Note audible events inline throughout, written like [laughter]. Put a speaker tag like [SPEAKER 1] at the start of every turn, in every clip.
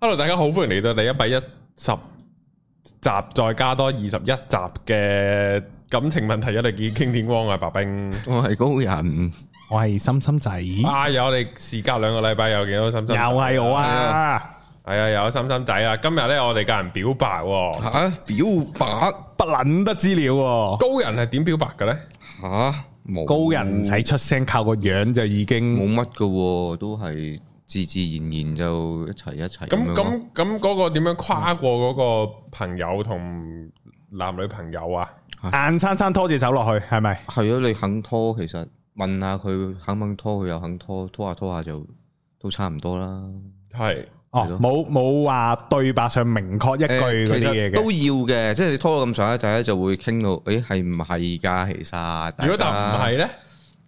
[SPEAKER 1] Hello，大家好，歡迎嚟到第一百一十集，再加多二十一集嘅感情問題一律建議傾天光啊，白冰。
[SPEAKER 2] 我係高人，
[SPEAKER 3] 我係心心仔，又
[SPEAKER 1] 啊，有我哋事隔兩個禮拜又見到心心，
[SPEAKER 3] 係我啊，
[SPEAKER 1] 係啊，有心心仔啊。今日咧，我哋教人表白喎，
[SPEAKER 2] 吓、表白
[SPEAKER 3] 不撚得資料喎，
[SPEAKER 1] 高人係點表白嘅咧？
[SPEAKER 2] 吓冇、
[SPEAKER 3] 高人唔使出聲，靠個樣就已經
[SPEAKER 2] 冇乜噶喎，都係自自然然就一齊一齊
[SPEAKER 1] 咁
[SPEAKER 2] 樣咯
[SPEAKER 1] 咁咁嗰個點樣跨過嗰個朋友同男女朋友啊？
[SPEAKER 3] 硬生生拖住手落去，係咪？
[SPEAKER 2] 係啊！你肯拖，其實問下佢肯唔肯拖，佢又肯拖，拖下拖下就都差唔多啦。
[SPEAKER 1] 係
[SPEAKER 3] 哦
[SPEAKER 2] 係，咯
[SPEAKER 3] 冇冇話對白上明確一
[SPEAKER 2] 誒
[SPEAKER 3] 句嗰
[SPEAKER 2] 其
[SPEAKER 3] 啲嘢
[SPEAKER 2] 實都
[SPEAKER 3] 嘅，
[SPEAKER 2] 要嘅，即係你拖到咁上下仔咧，就會傾到誒係唔係㗎？其實
[SPEAKER 1] 如果答唔
[SPEAKER 2] 大家
[SPEAKER 1] 係咧，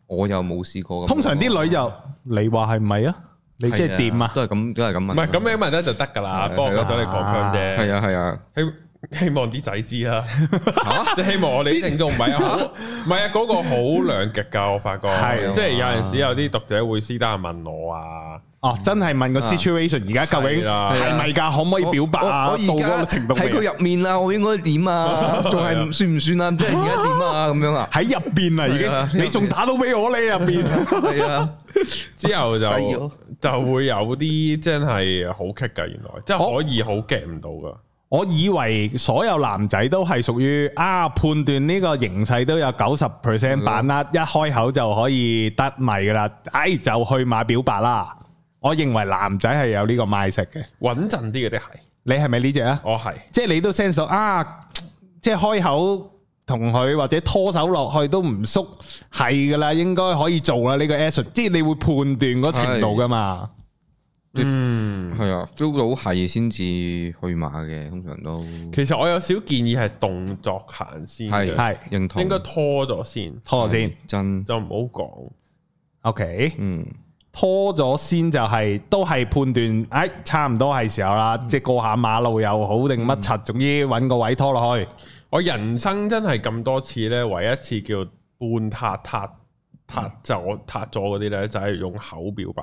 [SPEAKER 2] 我又冇試過咁講。
[SPEAKER 3] 通常啲女就你話係咪啊？你即係點
[SPEAKER 2] 係
[SPEAKER 3] 啊？
[SPEAKER 2] 都係咁，都係咁問。
[SPEAKER 1] 唔係咁樣問咧就得㗎啦，
[SPEAKER 2] 係
[SPEAKER 1] 不過我咗你講講啫。
[SPEAKER 2] 係啊係啊。
[SPEAKER 1] 希希望啲仔知啦， [laughs] 即係希望我哋啲聽眾唔係啊，好唔係啊，嗰個好兩極㗎，我發覺
[SPEAKER 3] 係啊
[SPEAKER 1] 即係有陣時有啲讀者會私底下問我啊，
[SPEAKER 3] 哦，真係問個 situation 而家究竟
[SPEAKER 1] 係啦
[SPEAKER 3] 係咪㗎？可唔可以表白啊？
[SPEAKER 2] 我
[SPEAKER 3] 到
[SPEAKER 2] 哦我我而家
[SPEAKER 3] 嗰個程度
[SPEAKER 2] 喺
[SPEAKER 3] 未
[SPEAKER 2] 佢入面啦，我應該點啊？
[SPEAKER 3] [laughs]
[SPEAKER 2] 仲係算唔算啊？即係而家點啊？咁樣啊？
[SPEAKER 3] 喺入邊啊，已
[SPEAKER 2] 係啊
[SPEAKER 3] 經你仲打到俾我你入邊。
[SPEAKER 2] 係啊，
[SPEAKER 1] 之後就
[SPEAKER 2] 細佬
[SPEAKER 1] 就會有啲真係好棘㗎，原來即係可以好 get 唔到㗎，
[SPEAKER 3] 我以為所有男仔都係屬於啊判斷呢個形勢都有九十 percent 把握，一開口就可以得咪噶啦，哎就去買表白啦。我認為男仔係有呢個 mindset 嘅，
[SPEAKER 1] 穩陣啲嗰啲係，
[SPEAKER 3] 你係咪呢只啊？
[SPEAKER 1] 我係
[SPEAKER 3] 即係你都 sense 到啊，即係開口同佢或者拖手落去都唔縮，係噶啦，應該可以做啦呢個 action，即係你會判斷嗰程度噶嘛。
[SPEAKER 1] 嗯，
[SPEAKER 2] 係啊，feel 到係先至去馬嘅，通常都
[SPEAKER 1] 其實我有少建議係動作行先嘅，
[SPEAKER 2] 係
[SPEAKER 3] 係
[SPEAKER 2] 認同，
[SPEAKER 1] 應該拖咗先，
[SPEAKER 3] 拖咗先
[SPEAKER 2] 真
[SPEAKER 1] 就唔好講。
[SPEAKER 3] ，OK。
[SPEAKER 2] 嗯
[SPEAKER 3] 拖咗先就係、都係判斷，哎，差唔多係時候啦，即係過下馬路又好定乜柒，總之揾個位拖落去。
[SPEAKER 1] 我人生真係咁多次咧，唯一一次叫半撻撻撻咗撻咗嗰啲咧，就係用口表白。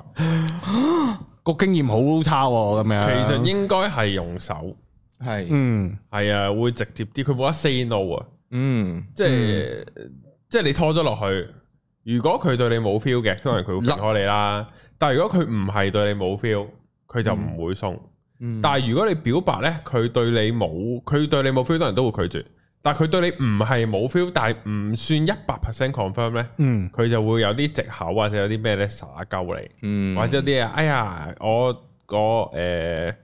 [SPEAKER 3] 個經驗好差喎，咁樣。
[SPEAKER 1] 其實應該係用手，
[SPEAKER 2] 係
[SPEAKER 3] 嗯，
[SPEAKER 1] 係啊，會直接啲。佢冇得 say no 啊，
[SPEAKER 2] 嗯
[SPEAKER 1] 即係、即係你拖咗落去。如果佢對你冇 feel 嘅，可能佢會離開你啦。但係如果佢唔係對你冇 feel，佢就唔會鬆。
[SPEAKER 2] 嗯，
[SPEAKER 1] 但係如果你表白咧，佢對你冇，佢對你冇 feel，當然都會拒絕。但係佢對你唔係冇 feel，但係唔算一百 percent confirm 咧。
[SPEAKER 3] 嗯，
[SPEAKER 1] 佢就會有啲藉口或者有啲咩咧耍鳩你，
[SPEAKER 2] 嗯
[SPEAKER 1] 或者有啲啊，哎呀，我我誒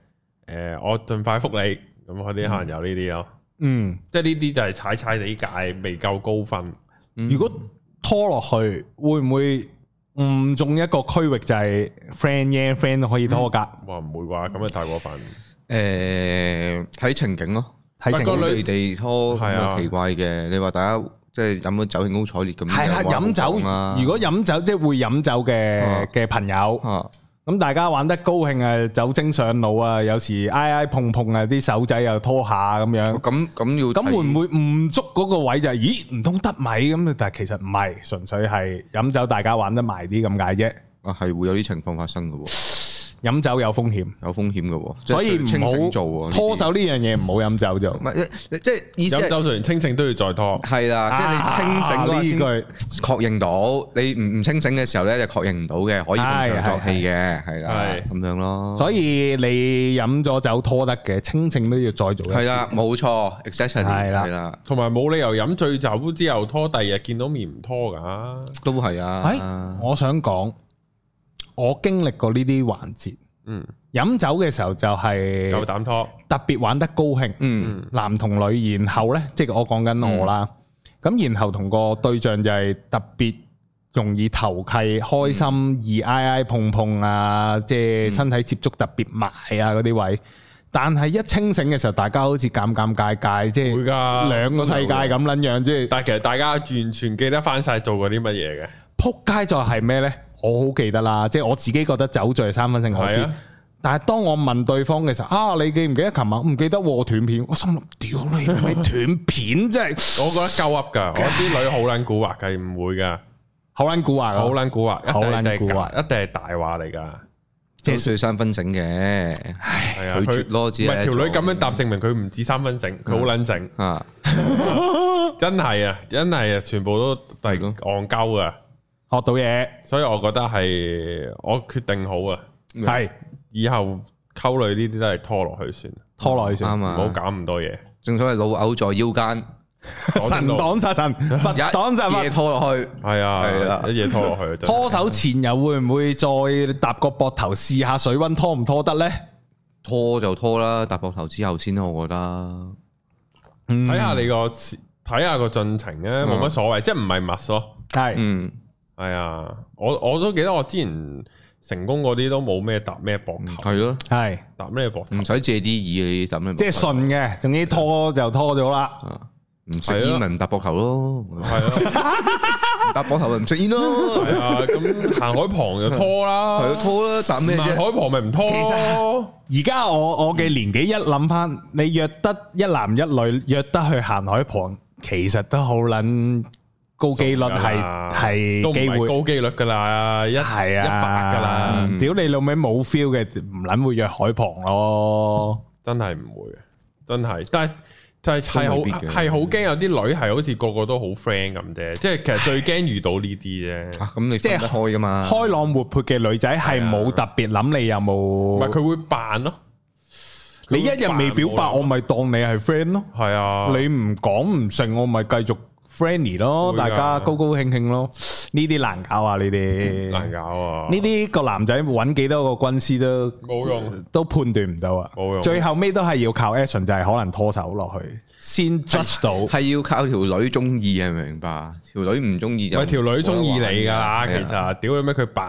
[SPEAKER 1] 誒，我盡快覆你，咁嗰啲可能有呢啲咯，
[SPEAKER 3] 嗯。
[SPEAKER 1] 即係呢啲就係踩踩地界，未夠高分，
[SPEAKER 3] 如果拖落去，會唔會誤中一個區域就係 friend 耶 friend 都可以拖㗎？
[SPEAKER 1] 哇唔會啩，咁啊太過分，
[SPEAKER 2] 誒睇情景咯，
[SPEAKER 3] 睇情
[SPEAKER 1] 個
[SPEAKER 3] 況
[SPEAKER 1] 女
[SPEAKER 2] 地地
[SPEAKER 1] 係
[SPEAKER 2] 拖咁
[SPEAKER 1] 啊
[SPEAKER 2] 啊奇怪嘅，你話大家即係飲咗酒興高采烈咁，
[SPEAKER 3] 係啦，
[SPEAKER 2] 又話
[SPEAKER 3] 飲
[SPEAKER 2] 冇講啦
[SPEAKER 3] 酒如果飲酒即係會飲酒
[SPEAKER 2] 啊
[SPEAKER 3] 嘅嘅朋友。
[SPEAKER 2] 啊
[SPEAKER 3] 咁大家玩得高興啊，酒精上腦啊，有時挨挨碰碰啊，啲手仔又拖下咁樣。
[SPEAKER 2] 咁咁要
[SPEAKER 3] 咁
[SPEAKER 2] 睇
[SPEAKER 3] 會唔會唔捉嗰個位就係咦唔通得米咁？但係其實唔係，純粹係飲酒大家玩得埋啲咁解啫。
[SPEAKER 2] 啊係會有啲情況發生嘅喎，
[SPEAKER 3] 飲酒有風險，
[SPEAKER 2] 有風險嘅喎，即係
[SPEAKER 3] 所以唔
[SPEAKER 2] 清醒做
[SPEAKER 3] 好
[SPEAKER 2] 喎呢啲
[SPEAKER 3] 拖手呢樣嘢，唔好飲酒就
[SPEAKER 2] 唔。係，即係意思
[SPEAKER 1] 飲
[SPEAKER 2] 係
[SPEAKER 1] 酒雖然清醒都要再拖，
[SPEAKER 2] 啊係啦，即係你清醒嗰
[SPEAKER 3] 啊
[SPEAKER 2] 下
[SPEAKER 3] 呢句
[SPEAKER 2] 先確認到，你唔唔清醒嘅時候咧就確認唔到嘅，可以正常作戲嘅，係啦
[SPEAKER 1] 係，
[SPEAKER 2] 咁樣咯。
[SPEAKER 3] 所以你飲咗酒拖得嘅，清醒都要再做一
[SPEAKER 2] 係
[SPEAKER 3] 次。
[SPEAKER 2] 啦，冇錯，exactly
[SPEAKER 3] 係啦
[SPEAKER 2] 係啦，
[SPEAKER 1] 同埋冇理由飲醉酒之後拖，第二日見到面唔拖噶，
[SPEAKER 2] 都係
[SPEAKER 3] 哎
[SPEAKER 2] 啊，
[SPEAKER 3] 我想講，我經歷過呢啲環節，
[SPEAKER 1] 嗯，
[SPEAKER 3] 飲酒嘅時候就
[SPEAKER 1] 夠
[SPEAKER 3] 係
[SPEAKER 1] 膽拖，
[SPEAKER 3] 特別玩得高興。
[SPEAKER 2] 嗯
[SPEAKER 3] 男同女，然後呢，即係我講緊我
[SPEAKER 1] 嗯
[SPEAKER 3] 啦。咁、然後同個對象就係特別容易投契、開
[SPEAKER 1] 嗯
[SPEAKER 3] 心、易挨挨碰碰啊，即係身體接觸特別埋啊嗰啲位。但係一清醒嘅時候，大家好似尷尷尬尬，即
[SPEAKER 1] 會
[SPEAKER 3] 係
[SPEAKER 1] 㗎
[SPEAKER 3] 兩個世界咁撚樣，即係
[SPEAKER 1] 但係其實大家完全記得翻晒做過啲乜嘢嘅，
[SPEAKER 3] 撲街就係咩呢？我好記得啦，即係我自己覺得酒醉係三分勝我
[SPEAKER 1] 係
[SPEAKER 3] 知
[SPEAKER 1] 啊。
[SPEAKER 3] 但係當我問對方嘅時候，啊，你記唔記得琴晚？唔記得喎，斷片。我心諗，屌你
[SPEAKER 1] [laughs]
[SPEAKER 3] 咪斷片，真係。
[SPEAKER 1] 我覺得鳩噏㗎，我啲女好撚蠱惑嘅，唔會㗎。
[SPEAKER 3] 好撚古惑啊！
[SPEAKER 1] 好撚蠱惑，一定
[SPEAKER 3] 好撚
[SPEAKER 1] 係
[SPEAKER 3] 蠱惑
[SPEAKER 1] 一定係大話嚟噶。
[SPEAKER 3] 即
[SPEAKER 2] 都
[SPEAKER 3] 係
[SPEAKER 2] 需要三分醒嘅，
[SPEAKER 1] 係啊，
[SPEAKER 2] 拒
[SPEAKER 1] 佢
[SPEAKER 2] 絕咯，只
[SPEAKER 1] 唔係嗯
[SPEAKER 2] 係
[SPEAKER 1] 條女
[SPEAKER 2] 一
[SPEAKER 1] 咁
[SPEAKER 2] 種
[SPEAKER 1] 樣答，證明佢唔止三分醒，佢好撚 [laughs] 醒，
[SPEAKER 2] 啊，
[SPEAKER 1] 真係啊，真係啊，全部都係
[SPEAKER 2] 係咯
[SPEAKER 1] 戇鳩啊！
[SPEAKER 3] 學到嘢，
[SPEAKER 1] 所以我覺得係我決定好啊，
[SPEAKER 3] 係
[SPEAKER 1] 以後溝女呢啲都係拖落去算，
[SPEAKER 3] 拖落去先。
[SPEAKER 2] 啱
[SPEAKER 1] 唔好
[SPEAKER 2] 啊，
[SPEAKER 1] 搞咁多嘢。
[SPEAKER 2] 正所謂老藕在腰間，
[SPEAKER 3] 神擋殺神，佛擋殺
[SPEAKER 2] 一
[SPEAKER 3] 佛
[SPEAKER 2] 夜。拖落去，
[SPEAKER 1] 係
[SPEAKER 2] 係
[SPEAKER 1] 啊
[SPEAKER 2] 啦，
[SPEAKER 1] 一 [laughs] 嘢拖落去，真係
[SPEAKER 3] 拖手前又會唔會再搭個膊頭試下水温拖唔拖得呢？
[SPEAKER 2] 拖就拖啦，搭膊頭之後先咯，我覺得
[SPEAKER 1] 睇
[SPEAKER 3] 睇
[SPEAKER 1] 下你個睇下個進程咧，冇乜所謂，即係唔係密咯。
[SPEAKER 3] 係
[SPEAKER 2] 嗯，
[SPEAKER 1] 係啊，我我都記得我之前成功嗰啲都冇咩搭咩膊頭，
[SPEAKER 2] 係咯，
[SPEAKER 3] 係，
[SPEAKER 1] 搭咩膊頭
[SPEAKER 2] 唔使借啲意你抌你，
[SPEAKER 3] 即係順嘅，總之拖就拖咗啦。
[SPEAKER 2] 啊，唔食煙咪唔搭膊頭咯，
[SPEAKER 1] [laughs]
[SPEAKER 2] 唔
[SPEAKER 1] 係啊，
[SPEAKER 2] 搭膊頭咪唔食煙咯，
[SPEAKER 1] [laughs] 係啊，咁行海旁就拖啦，
[SPEAKER 2] 係咯，拖啦，搭咩
[SPEAKER 1] 唔行
[SPEAKER 2] 啫？
[SPEAKER 1] 海旁咪唔拖
[SPEAKER 3] 其
[SPEAKER 1] 咯，
[SPEAKER 3] 而家我我嘅年紀一諗翻，你約得一男一女約得去行海旁，其實都好撚高機率係
[SPEAKER 1] 啊都
[SPEAKER 3] 係
[SPEAKER 1] 唔
[SPEAKER 3] 機
[SPEAKER 1] 係
[SPEAKER 3] 會
[SPEAKER 1] 高機率噶啦，一
[SPEAKER 3] 係啊，
[SPEAKER 1] 一百噶啦，
[SPEAKER 3] 屌你老味冇 feel 嘅，唔撚會約海旁咯。
[SPEAKER 1] 真係唔會嘅，真係，但係。就係係
[SPEAKER 2] 都未必
[SPEAKER 1] 好
[SPEAKER 2] 嘅
[SPEAKER 1] 係好驚有啲女係好似個個都好 friend 咁啫，即係其實最驚遇到呢啲
[SPEAKER 2] [laughs]
[SPEAKER 1] 啫。
[SPEAKER 2] 啊，咁你
[SPEAKER 3] 即
[SPEAKER 2] 分
[SPEAKER 3] 係
[SPEAKER 2] 得開噶嘛？
[SPEAKER 3] 開朗活潑嘅女仔係冇特別諗你有
[SPEAKER 1] 唔係
[SPEAKER 3] 冇，
[SPEAKER 1] 佢會扮咯，
[SPEAKER 3] 你一日未表白，我咪當你係 friend 咯。
[SPEAKER 1] 係啊，
[SPEAKER 3] 你唔講唔成，我咪繼續 friendly 咯，
[SPEAKER 1] 會㗎
[SPEAKER 3] 大家高高興興咯。呢啲難搞啊，呢啲
[SPEAKER 1] 難搞啊！
[SPEAKER 3] 呢啲個男仔揾幾多個軍師都
[SPEAKER 1] 冇用，
[SPEAKER 3] 都判斷唔到啊
[SPEAKER 1] 冇用！
[SPEAKER 3] 最後尾都係要靠 action，就係可能拖手落去先 judge 到。
[SPEAKER 2] 係要靠條女中意，係咪明白？條女唔中意就
[SPEAKER 1] 咪條女中意
[SPEAKER 2] 冇得玩
[SPEAKER 1] 你㗎啦，其
[SPEAKER 2] 嘅係啊
[SPEAKER 1] 實屌你咩佢扮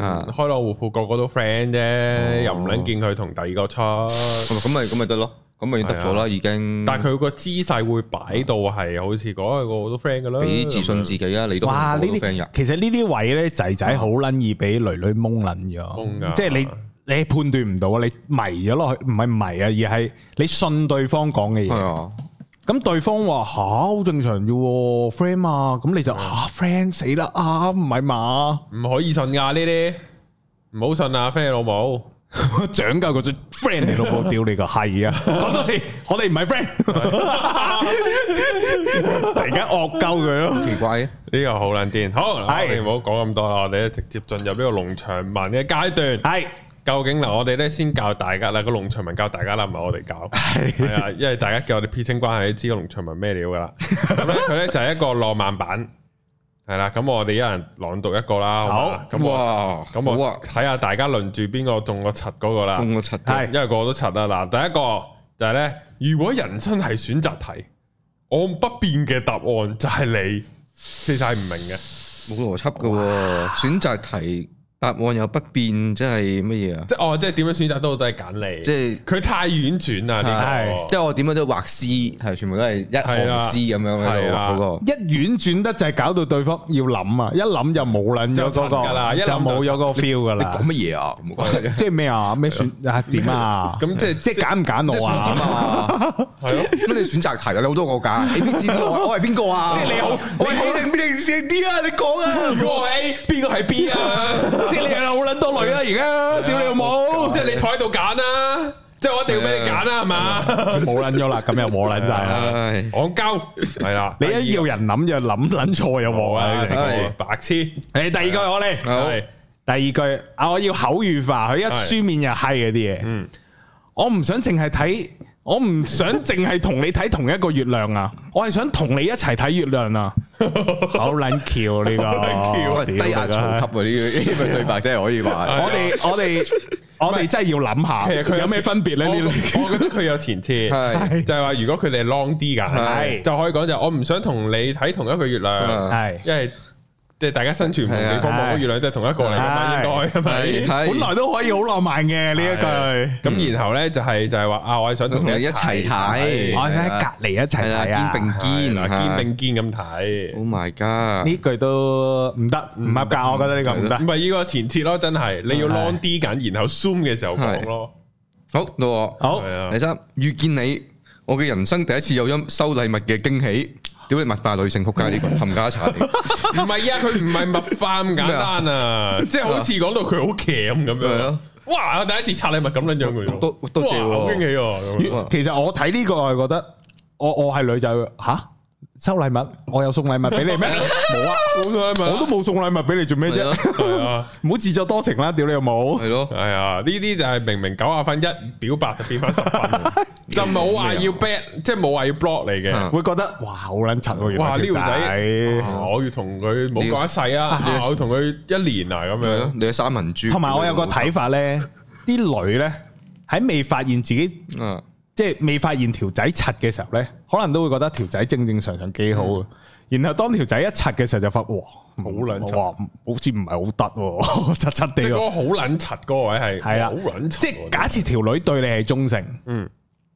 [SPEAKER 2] 啊哦
[SPEAKER 1] 開朗活潑，個個都 friend 啫，又唔撚見佢同第二個出，
[SPEAKER 2] 咁咪咁咪得咯，咁咪得咗
[SPEAKER 1] 係啊
[SPEAKER 2] 啦，已經。
[SPEAKER 1] 但係佢個姿勢會擺到係好似嗰個個都 friend 㗎啦，
[SPEAKER 2] 俾自信自己
[SPEAKER 1] 嗯
[SPEAKER 2] 啊，你都
[SPEAKER 3] 哇！
[SPEAKER 2] 好
[SPEAKER 3] 呢
[SPEAKER 2] 多 friend
[SPEAKER 3] 啲
[SPEAKER 2] 人，
[SPEAKER 3] 其實呢啲位咧仔仔好撚易俾女女蒙撚
[SPEAKER 1] 懵
[SPEAKER 3] 咗，
[SPEAKER 1] 㗎
[SPEAKER 3] 即係你你判斷唔到啊！你迷咗落去，唔係迷啊，而係你信對方講嘅
[SPEAKER 2] 係
[SPEAKER 3] 嘢。
[SPEAKER 2] 啊，
[SPEAKER 3] 咁對方話吓好正常啫喎，friend 啊，咁你
[SPEAKER 2] 嗯
[SPEAKER 3] 就吓 friend 死啦啊，唔係嘛？ [laughs]
[SPEAKER 1] 唔可以信㗎呢啲，唔好信啊，friend 老母，
[SPEAKER 3] 長教嗰種 friend 你老母，屌你個
[SPEAKER 2] [laughs]
[SPEAKER 3] 閪啊！講多次，我哋唔係 friend，突然間惡鳩佢咯。
[SPEAKER 2] 啊奇怪嘅，
[SPEAKER 1] 呢個好撚癲。好，我
[SPEAKER 3] 係
[SPEAKER 1] 哋唔好講咁多啦，我哋直接進入呢個農場文嘅階段。
[SPEAKER 3] 係
[SPEAKER 1] 究竟嗱，我哋咧先教大家啦，個農場文教大家啦，唔係我哋教，係啊，因為大家叫我哋撇清關係，都知個農場文咩料
[SPEAKER 2] [laughs]
[SPEAKER 1] 噶啦。咁咧佢咧就係一個浪漫版，係啦。咁我哋一人朗讀一個啦，好嘛咁我
[SPEAKER 2] 哇，
[SPEAKER 1] 咁
[SPEAKER 2] 好啊
[SPEAKER 1] 我，啊睇下大家輪住邊個中個柒嗰個啦，
[SPEAKER 2] 中個柒
[SPEAKER 3] 係
[SPEAKER 2] 嘅，
[SPEAKER 1] 因為個個都柒啦。嗱，第一個就係咧，如果人生係選擇題，我不變嘅答案就係你，其實係唔明嘅，
[SPEAKER 2] 冇邏輯嘅喎，選擇題答案又不變，即係乜嘢啊？
[SPEAKER 1] 即係哦，即係點樣選擇都都係揀你，
[SPEAKER 2] 即係
[SPEAKER 1] 佢太婉轉啦，呢
[SPEAKER 3] 係
[SPEAKER 1] 個
[SPEAKER 2] 即。係我點樣都畫詩，係全部都係一
[SPEAKER 1] 哦係
[SPEAKER 2] 行
[SPEAKER 1] 啦
[SPEAKER 2] 詩咁樣喺
[SPEAKER 1] 係
[SPEAKER 2] 度
[SPEAKER 1] 啊
[SPEAKER 2] 畫嗰個。
[SPEAKER 3] 一婉轉得就係搞到對方要諗啊，一諗就冇撚咗
[SPEAKER 1] 就
[SPEAKER 3] 嗰
[SPEAKER 1] 柒㗎啦
[SPEAKER 3] 個，
[SPEAKER 1] 一諗就
[SPEAKER 3] 就冇咗個 feel 噶
[SPEAKER 2] 你
[SPEAKER 3] 啦
[SPEAKER 2] 講。乜嘢啊？冇講
[SPEAKER 3] 即即係咩啊？咩選啊？點啊？
[SPEAKER 1] 咁即係
[SPEAKER 3] 即係揀唔揀我
[SPEAKER 2] 點
[SPEAKER 3] 啊？
[SPEAKER 2] 啊？
[SPEAKER 1] 係咯。
[SPEAKER 2] 乜你選擇題啊？你好多個㗎，A、B、C 我我係邊個啊？
[SPEAKER 3] 即係你好
[SPEAKER 2] 我係 A 定 B 定 C 定 D 啊？你講啊！
[SPEAKER 1] 如果我 A，邊個係 B 啊？
[SPEAKER 3] 即係你有好撚多女啊！而 [laughs] 家屌你老母，
[SPEAKER 1] 即係你坐喺度揀啦，即係我一定要俾你揀啦，係嘛？
[SPEAKER 3] 冇撚咗啦，咁又冇撚晒啦。
[SPEAKER 2] 唉，
[SPEAKER 1] 戇鳩係啦，
[SPEAKER 3] 你一要人諗就諗撚錯又
[SPEAKER 1] 冇
[SPEAKER 3] 冇啊！
[SPEAKER 1] 啊，
[SPEAKER 3] 你哋
[SPEAKER 1] 呢個白痴
[SPEAKER 3] 誒，第二句我嚟。
[SPEAKER 2] 好
[SPEAKER 1] 係啊
[SPEAKER 3] 第二句啊，我要口語化，佢一
[SPEAKER 1] 係
[SPEAKER 3] 書面就閪嗰啲嘢。
[SPEAKER 1] 嗯
[SPEAKER 3] 我唔想淨係睇，我唔想淨係同你睇同一個月亮啊！我係想同你一齊睇月亮
[SPEAKER 2] [laughs]
[SPEAKER 3] 啊！好撚橋呢
[SPEAKER 1] 好
[SPEAKER 3] 個，
[SPEAKER 2] 喂低壓槽級啊！呢個呢個對白真係可以話。
[SPEAKER 3] 我哋我哋我哋真係要諗
[SPEAKER 1] 其實佢
[SPEAKER 3] 下，有咩分別咧？呢
[SPEAKER 1] 我
[SPEAKER 3] 兩
[SPEAKER 1] 我覺得佢有前設，
[SPEAKER 2] 係
[SPEAKER 1] 就係話如果佢哋係 long 啲
[SPEAKER 3] 係
[SPEAKER 1] 㗎，就可以講就哦我唔想同你睇同一個月亮，
[SPEAKER 3] 係啊
[SPEAKER 1] 因為即係大家身處唔同地方
[SPEAKER 3] 係啊
[SPEAKER 1] 望嘅月亮都係同一個嚟㗎嘛，
[SPEAKER 3] 係
[SPEAKER 1] 應該係
[SPEAKER 2] 係
[SPEAKER 1] 咪？
[SPEAKER 2] 係，
[SPEAKER 3] 本來都可以好浪漫嘅呢一句，
[SPEAKER 1] 咁然後咧就係就係話啊，我係想同
[SPEAKER 2] 同
[SPEAKER 1] 你
[SPEAKER 2] 你一齊睇
[SPEAKER 3] 我想喺隔離一齊
[SPEAKER 2] 係啦，
[SPEAKER 3] 睇
[SPEAKER 2] 肩
[SPEAKER 3] 啊！
[SPEAKER 2] 並肩
[SPEAKER 1] 嗱
[SPEAKER 2] 啊
[SPEAKER 1] 肩並肩咁睇。
[SPEAKER 2] Oh my god！
[SPEAKER 3] 呢句都唔得，唔合格，我覺得呢個唔得
[SPEAKER 1] 唔。
[SPEAKER 2] 嗯
[SPEAKER 1] 係呢個前設咯，真係你要 long 啲緊，然後 zoom 嘅時候講咯。
[SPEAKER 2] 好到我，
[SPEAKER 3] 好
[SPEAKER 1] 係啊
[SPEAKER 2] 第三遇見你，我嘅人生第一次有因收禮物嘅驚喜。屌你物化女性仆街呢個冚家鏟嚟，
[SPEAKER 1] 唔
[SPEAKER 2] [laughs]
[SPEAKER 1] 係啊，佢唔係物化咁簡單啊，即係好似講到佢好 cam 咁
[SPEAKER 2] 係
[SPEAKER 1] 樣
[SPEAKER 2] 咯。
[SPEAKER 1] 哇！我第一次拆禮物咁樣樣嘅喎，
[SPEAKER 2] 都都正喎
[SPEAKER 1] 哇好驚喜喎咁
[SPEAKER 2] [laughs]
[SPEAKER 1] 樣！
[SPEAKER 3] 其實我睇呢個係覺得，我我係女仔吓收禮物，我有送禮物俾你
[SPEAKER 1] [laughs]
[SPEAKER 3] 咩？冇啊，
[SPEAKER 1] 冇錯禮
[SPEAKER 3] 我
[SPEAKER 1] 物
[SPEAKER 3] 都冇送禮物俾你做咩啫？
[SPEAKER 1] 係啊，
[SPEAKER 3] 唔好自作多情啦，屌你又冇。
[SPEAKER 2] 系咯，
[SPEAKER 1] 係啊，呢啲就係明明九啊分一表白就變翻十
[SPEAKER 3] [laughs]
[SPEAKER 1] 分，就冇話要
[SPEAKER 3] 啊
[SPEAKER 1] bet，即係冇話要 block 你嘅
[SPEAKER 2] 嗯。
[SPEAKER 3] 會覺得哇好撚柒喎，原
[SPEAKER 1] 哇！
[SPEAKER 3] 來
[SPEAKER 1] 呢
[SPEAKER 3] 啊條
[SPEAKER 1] 條
[SPEAKER 3] 仔哦
[SPEAKER 1] 仔，啊我要同佢冇講一世啊，啊我要同佢一年啊咁
[SPEAKER 2] 系咯
[SPEAKER 1] 樣，，
[SPEAKER 2] 你係三文豬，
[SPEAKER 3] 同埋我有個睇法咧，啲女咧喺未發現自己
[SPEAKER 2] 嗯，
[SPEAKER 3] 即係未發現條仔柒嘅時候咧，可能都會覺得條仔正正常常幾好嘅。然後當條仔一柒嘅時候就發哇好
[SPEAKER 1] 嗯撚柒
[SPEAKER 3] 哇好似唔係好得喎， [laughs] 柒柒
[SPEAKER 1] 即
[SPEAKER 3] 地
[SPEAKER 1] 係嗰
[SPEAKER 3] 喎。
[SPEAKER 1] 個好撚柒嗰個位係，
[SPEAKER 3] 係啦
[SPEAKER 1] 好撚柒喎，
[SPEAKER 3] 即係假設條女對你係忠誠，
[SPEAKER 1] 嗯，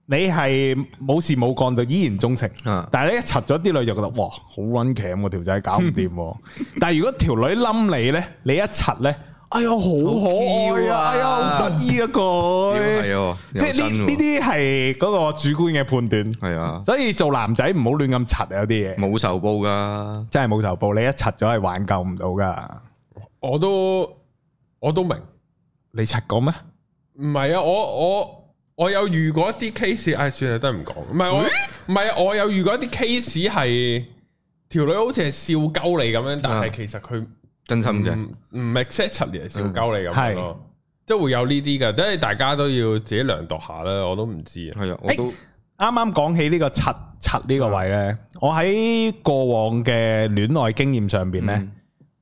[SPEAKER 3] 你係冇事冇幹就依然忠誠，
[SPEAKER 2] 啊
[SPEAKER 3] 但係你一柒咗啲女就覺得哇好撚鉗喎條仔搞唔掂
[SPEAKER 2] [laughs]
[SPEAKER 3] 喎。但係如果條女冧你咧，你一柒咧，哎呀好可
[SPEAKER 2] 好 Q
[SPEAKER 3] 愛啊，哎呀
[SPEAKER 2] 啊
[SPEAKER 3] 好得意啊佢，
[SPEAKER 2] 係啊，
[SPEAKER 3] 即係呢呢啲係嗰個主觀嘅判斷。
[SPEAKER 2] 系啊，
[SPEAKER 3] 所以做男仔唔好亂咁柒啊！有啲嘢
[SPEAKER 2] 冇仇報噶，
[SPEAKER 3] 真係冇頭部，你一柒咗係挽救唔到噶。
[SPEAKER 1] 我都我都明。
[SPEAKER 3] 你柒過咩？
[SPEAKER 1] 唔係啊，我我我有遇過一啲 case，唉，算啦，都係唔講。唔係我唔係啊我有遇過一啲 case 係條女好似係笑鳩你咁樣，
[SPEAKER 3] 啊
[SPEAKER 1] 但係
[SPEAKER 2] 嗯
[SPEAKER 1] 其實佢
[SPEAKER 2] 真心嘅，嗯
[SPEAKER 1] 唔唔 exactly 係笑鳩你咁樣
[SPEAKER 3] 係
[SPEAKER 1] 咯，即係會有呢啲嘅，即係大家都要自己量度下啦。我都唔知啊，
[SPEAKER 2] 係啊，我都
[SPEAKER 3] 啱啱講起呢個柒柒呢個位咧，我喺過往嘅戀愛經驗上邊咧，
[SPEAKER 2] 嗯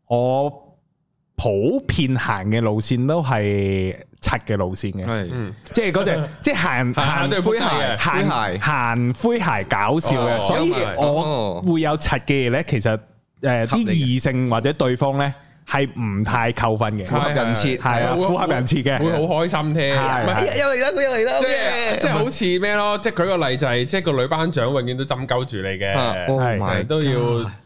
[SPEAKER 3] 我普遍行嘅路線都係柒嘅路線嘅，
[SPEAKER 2] 係
[SPEAKER 1] 嗯，
[SPEAKER 3] 即係嗰隻即係行
[SPEAKER 1] 行
[SPEAKER 3] 行
[SPEAKER 1] 都係灰鞋嘅
[SPEAKER 2] 灰
[SPEAKER 3] 行
[SPEAKER 2] 鞋
[SPEAKER 3] 行灰鞋搞笑嘅，
[SPEAKER 1] 哦
[SPEAKER 3] 所以
[SPEAKER 1] 有埋
[SPEAKER 3] 我
[SPEAKER 2] 哦
[SPEAKER 3] 會有柒嘅嘢咧，其實誒
[SPEAKER 2] 合理
[SPEAKER 3] 啲
[SPEAKER 2] 嘅
[SPEAKER 3] 異性或者對方咧係唔太扣分嘅，
[SPEAKER 2] 符合人設
[SPEAKER 3] 係啊，
[SPEAKER 1] 會
[SPEAKER 3] 符合人設嘅，
[SPEAKER 1] 會好開心添。
[SPEAKER 3] 係
[SPEAKER 1] 唔係
[SPEAKER 3] 係
[SPEAKER 2] 又嚟啦，佢又嚟啦
[SPEAKER 1] 即係即係好似咩咯？即係舉個例就係，即係個女班長永遠都針鳩住你
[SPEAKER 2] 啊，Oh
[SPEAKER 1] 嘅，
[SPEAKER 3] 係
[SPEAKER 2] my
[SPEAKER 1] 成日都要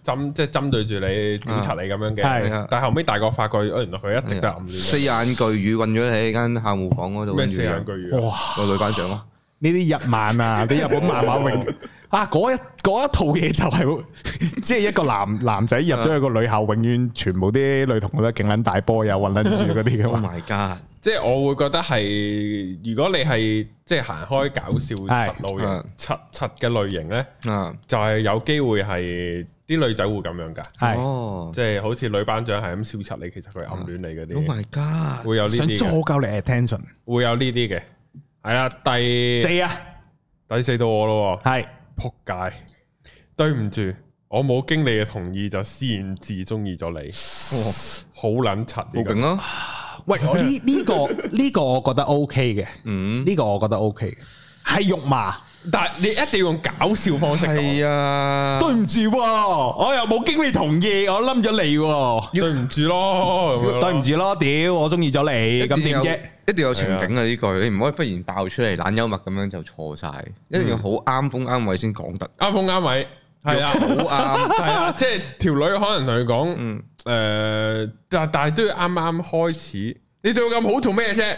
[SPEAKER 1] 針即係針對住你、屌柒你咁樣
[SPEAKER 3] 係
[SPEAKER 2] 係啊
[SPEAKER 1] 嘅。但係後尾大個發覺，哦，原來佢一直都係暗戀
[SPEAKER 2] 四眼巨乳韞咗喺間校務房嗰
[SPEAKER 1] 嘅
[SPEAKER 2] 度，
[SPEAKER 1] 咩
[SPEAKER 2] 跟住
[SPEAKER 1] 四眼巨魚啊。
[SPEAKER 3] 哇！
[SPEAKER 2] 個女班長咯，
[SPEAKER 3] 呢啲日漫 [laughs] 啊，啲日本漫畫永啊，嗰一嗰一套嘢就係、 [laughs] 即係一個男男仔入咗一個女校，永遠全部啲女同學都勁撚大波又混撚住嗰啲嘅
[SPEAKER 2] Oh
[SPEAKER 3] [laughs] 嘛，
[SPEAKER 2] my god！
[SPEAKER 1] 即係我會覺得係，如果你係即係行開搞笑柒路型
[SPEAKER 2] 係、
[SPEAKER 1] 柒柒嘅類型咧，
[SPEAKER 2] 啊，
[SPEAKER 1] 就係有機會係啲女仔會咁樣㗎。
[SPEAKER 3] 係
[SPEAKER 2] 哦
[SPEAKER 1] 即係好似女班長係咁笑柒你，其實佢暗戀你嗰
[SPEAKER 2] ，Oh
[SPEAKER 1] 啲，
[SPEAKER 2] my god！
[SPEAKER 1] 會有哦呢
[SPEAKER 3] 想
[SPEAKER 1] 啲嘅，
[SPEAKER 3] 捉夠你 attention
[SPEAKER 1] 會有呢啲嘅。係啦，第
[SPEAKER 3] 四啊，啊
[SPEAKER 1] 第四到我咯喎。
[SPEAKER 3] 係
[SPEAKER 1] 仆街，對唔住，我冇經你嘅同意就私然自中意咗你，好撚柒
[SPEAKER 2] 報
[SPEAKER 1] 呢個
[SPEAKER 2] 警咯，
[SPEAKER 3] 喂，我呢呢個呢個我覺得 OK 嘅，
[SPEAKER 2] 嗯，
[SPEAKER 3] 呢個我覺得 OK 嘅，係肉麻。
[SPEAKER 1] 但係你一定要用搞笑方式講，
[SPEAKER 2] 係啊，
[SPEAKER 3] 對唔住喎，我又冇經你同意，我冧咗你喎，
[SPEAKER 1] 對唔住咯，咁樣咯
[SPEAKER 3] 對唔，住咯，屌，我中意咗你，咁
[SPEAKER 2] 一定
[SPEAKER 3] 點
[SPEAKER 2] 有
[SPEAKER 3] 啫？？
[SPEAKER 2] 一定有情景啊！呢句你唔可以忽然爆出嚟懶幽默咁樣就錯晒，一定要好啱風啱位先講得，
[SPEAKER 1] 啱好啱位，係啊，
[SPEAKER 2] 好啱。
[SPEAKER 1] 係啊，即係條女可能同佢講
[SPEAKER 2] 嗯，
[SPEAKER 1] 誒，但但係都要啱啱開始，你對我咁好做咩啫？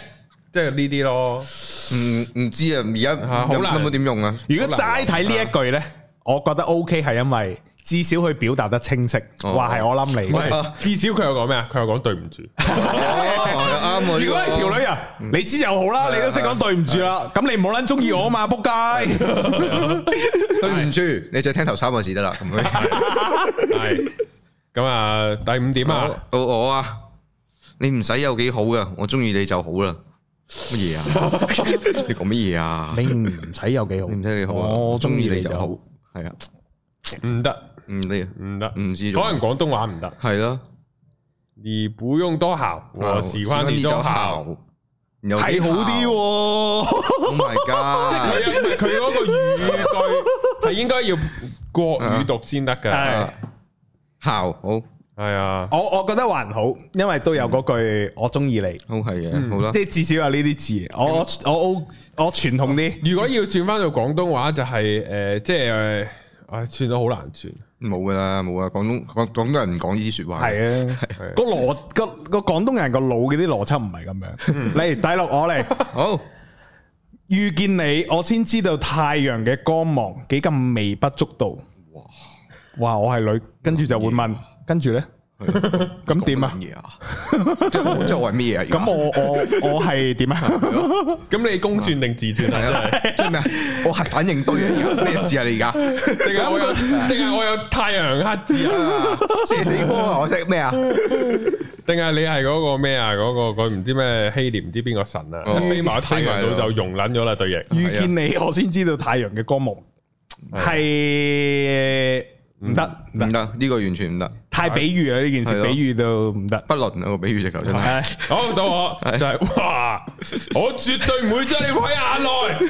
[SPEAKER 1] 即係呢啲咯，
[SPEAKER 2] 唔唔知啊，而
[SPEAKER 1] 啊
[SPEAKER 3] [laughs]
[SPEAKER 2] 家
[SPEAKER 1] 好
[SPEAKER 2] 有
[SPEAKER 1] 難
[SPEAKER 2] 根本點用啊？
[SPEAKER 3] 如果齋睇呢一句呢，我覺得 O K 係因為至少佢表達得清晰，
[SPEAKER 2] 哦
[SPEAKER 3] 話係我冧
[SPEAKER 1] 喂
[SPEAKER 2] [laughs]
[SPEAKER 3] 你。
[SPEAKER 2] 喂啊，
[SPEAKER 1] 至少佢有講咩啊？佢有講對唔住，
[SPEAKER 2] 哦又啱喎，
[SPEAKER 3] 如果係條
[SPEAKER 2] 女
[SPEAKER 3] 女啊，你知就好啦，你都識講對唔住啦，咁你唔好撚中意我啊嘛，仆街！
[SPEAKER 2] 對唔住， [laughs] 你就聽頭三個字得啦。咁
[SPEAKER 3] [laughs]
[SPEAKER 2] 樣
[SPEAKER 1] 係咁啊，第五點啊。
[SPEAKER 2] 到我啊，你唔使有幾好噶，我中意你就好啦。乜嘢
[SPEAKER 3] [laughs]
[SPEAKER 2] 啊？你講乜嘢啊？
[SPEAKER 3] 你唔使有幾好，
[SPEAKER 2] 你唔使幾好啊？
[SPEAKER 3] 我中意你就
[SPEAKER 2] 好
[SPEAKER 3] 好。。
[SPEAKER 2] 係啊，
[SPEAKER 1] 唔得
[SPEAKER 2] 嗯，你
[SPEAKER 1] 唔得，
[SPEAKER 2] 唔知做
[SPEAKER 1] 可能廣東話唔得。
[SPEAKER 2] 係咯。
[SPEAKER 1] 你不用多好，
[SPEAKER 3] 啊
[SPEAKER 2] 哦
[SPEAKER 1] 我喜歡你就好。，
[SPEAKER 2] 有
[SPEAKER 3] 係好啲。喎，
[SPEAKER 2] Oh my
[SPEAKER 3] [laughs]
[SPEAKER 1] 即係
[SPEAKER 2] god！
[SPEAKER 1] 佢佢嗰個語
[SPEAKER 2] [laughs]
[SPEAKER 1] 句係應該要國語讀先得㗎。
[SPEAKER 2] 啊
[SPEAKER 3] 係
[SPEAKER 2] 姣好，
[SPEAKER 1] 係啊，
[SPEAKER 3] [laughs] 我我覺得還好，因為都有嗰句我中意你，
[SPEAKER 2] 好係嘅，好啦。
[SPEAKER 3] 即係至少有呢啲字。我我我我我傳統啲，
[SPEAKER 1] 如果要轉翻到廣東話就係誒，即係誒，唉，轉到好難轉。
[SPEAKER 2] 冇噶啦，冇啊！廣東廣廣東人唔講呢啲説話。
[SPEAKER 3] 係啊，個邏個個廣東人個腦嗰啲邏輯唔係咁樣。嚟第六我嚟。
[SPEAKER 2] 好，
[SPEAKER 3] 遇見你，我先知道太陽嘅光芒幾咁微不足道。哇！我係女，跟住就會問，跟住呢？ [laughs] 咁點啊
[SPEAKER 2] 講乜嘢啊？即係我即係我係咩啊？
[SPEAKER 3] 咁我我我係點啊？
[SPEAKER 1] 咁你公轉定自轉
[SPEAKER 2] [laughs] 係
[SPEAKER 1] 啊？
[SPEAKER 2] 啊，即係咩啊？我核反應堆啊！而家咩事啊？你而家
[SPEAKER 3] [laughs]
[SPEAKER 1] 定係我有定係我有太陽黑字啊？
[SPEAKER 2] 啊射死光啊！我識咩啊？
[SPEAKER 1] 定係你係嗰個咩啊？嗰個嗰個唔知咩希臘唔知邊個神啊？
[SPEAKER 2] 哦
[SPEAKER 1] 飛埋喺太陽度
[SPEAKER 2] 飛埋
[SPEAKER 1] 就
[SPEAKER 2] 咗
[SPEAKER 1] 溶撚咗啦對翼。
[SPEAKER 3] [laughs] 遇見你，我先知道太陽嘅光芒係唔得
[SPEAKER 2] 唔，得，呢個完全唔得，
[SPEAKER 3] 太比喻啦呢件
[SPEAKER 2] 係
[SPEAKER 3] 事，
[SPEAKER 2] 咯
[SPEAKER 3] 比喻到唔 [laughs] 得。
[SPEAKER 2] 不倫啊！個比喻直頭真係。
[SPEAKER 3] 係
[SPEAKER 1] 好到我就係哇！我絕對唔會將你放喺眼內，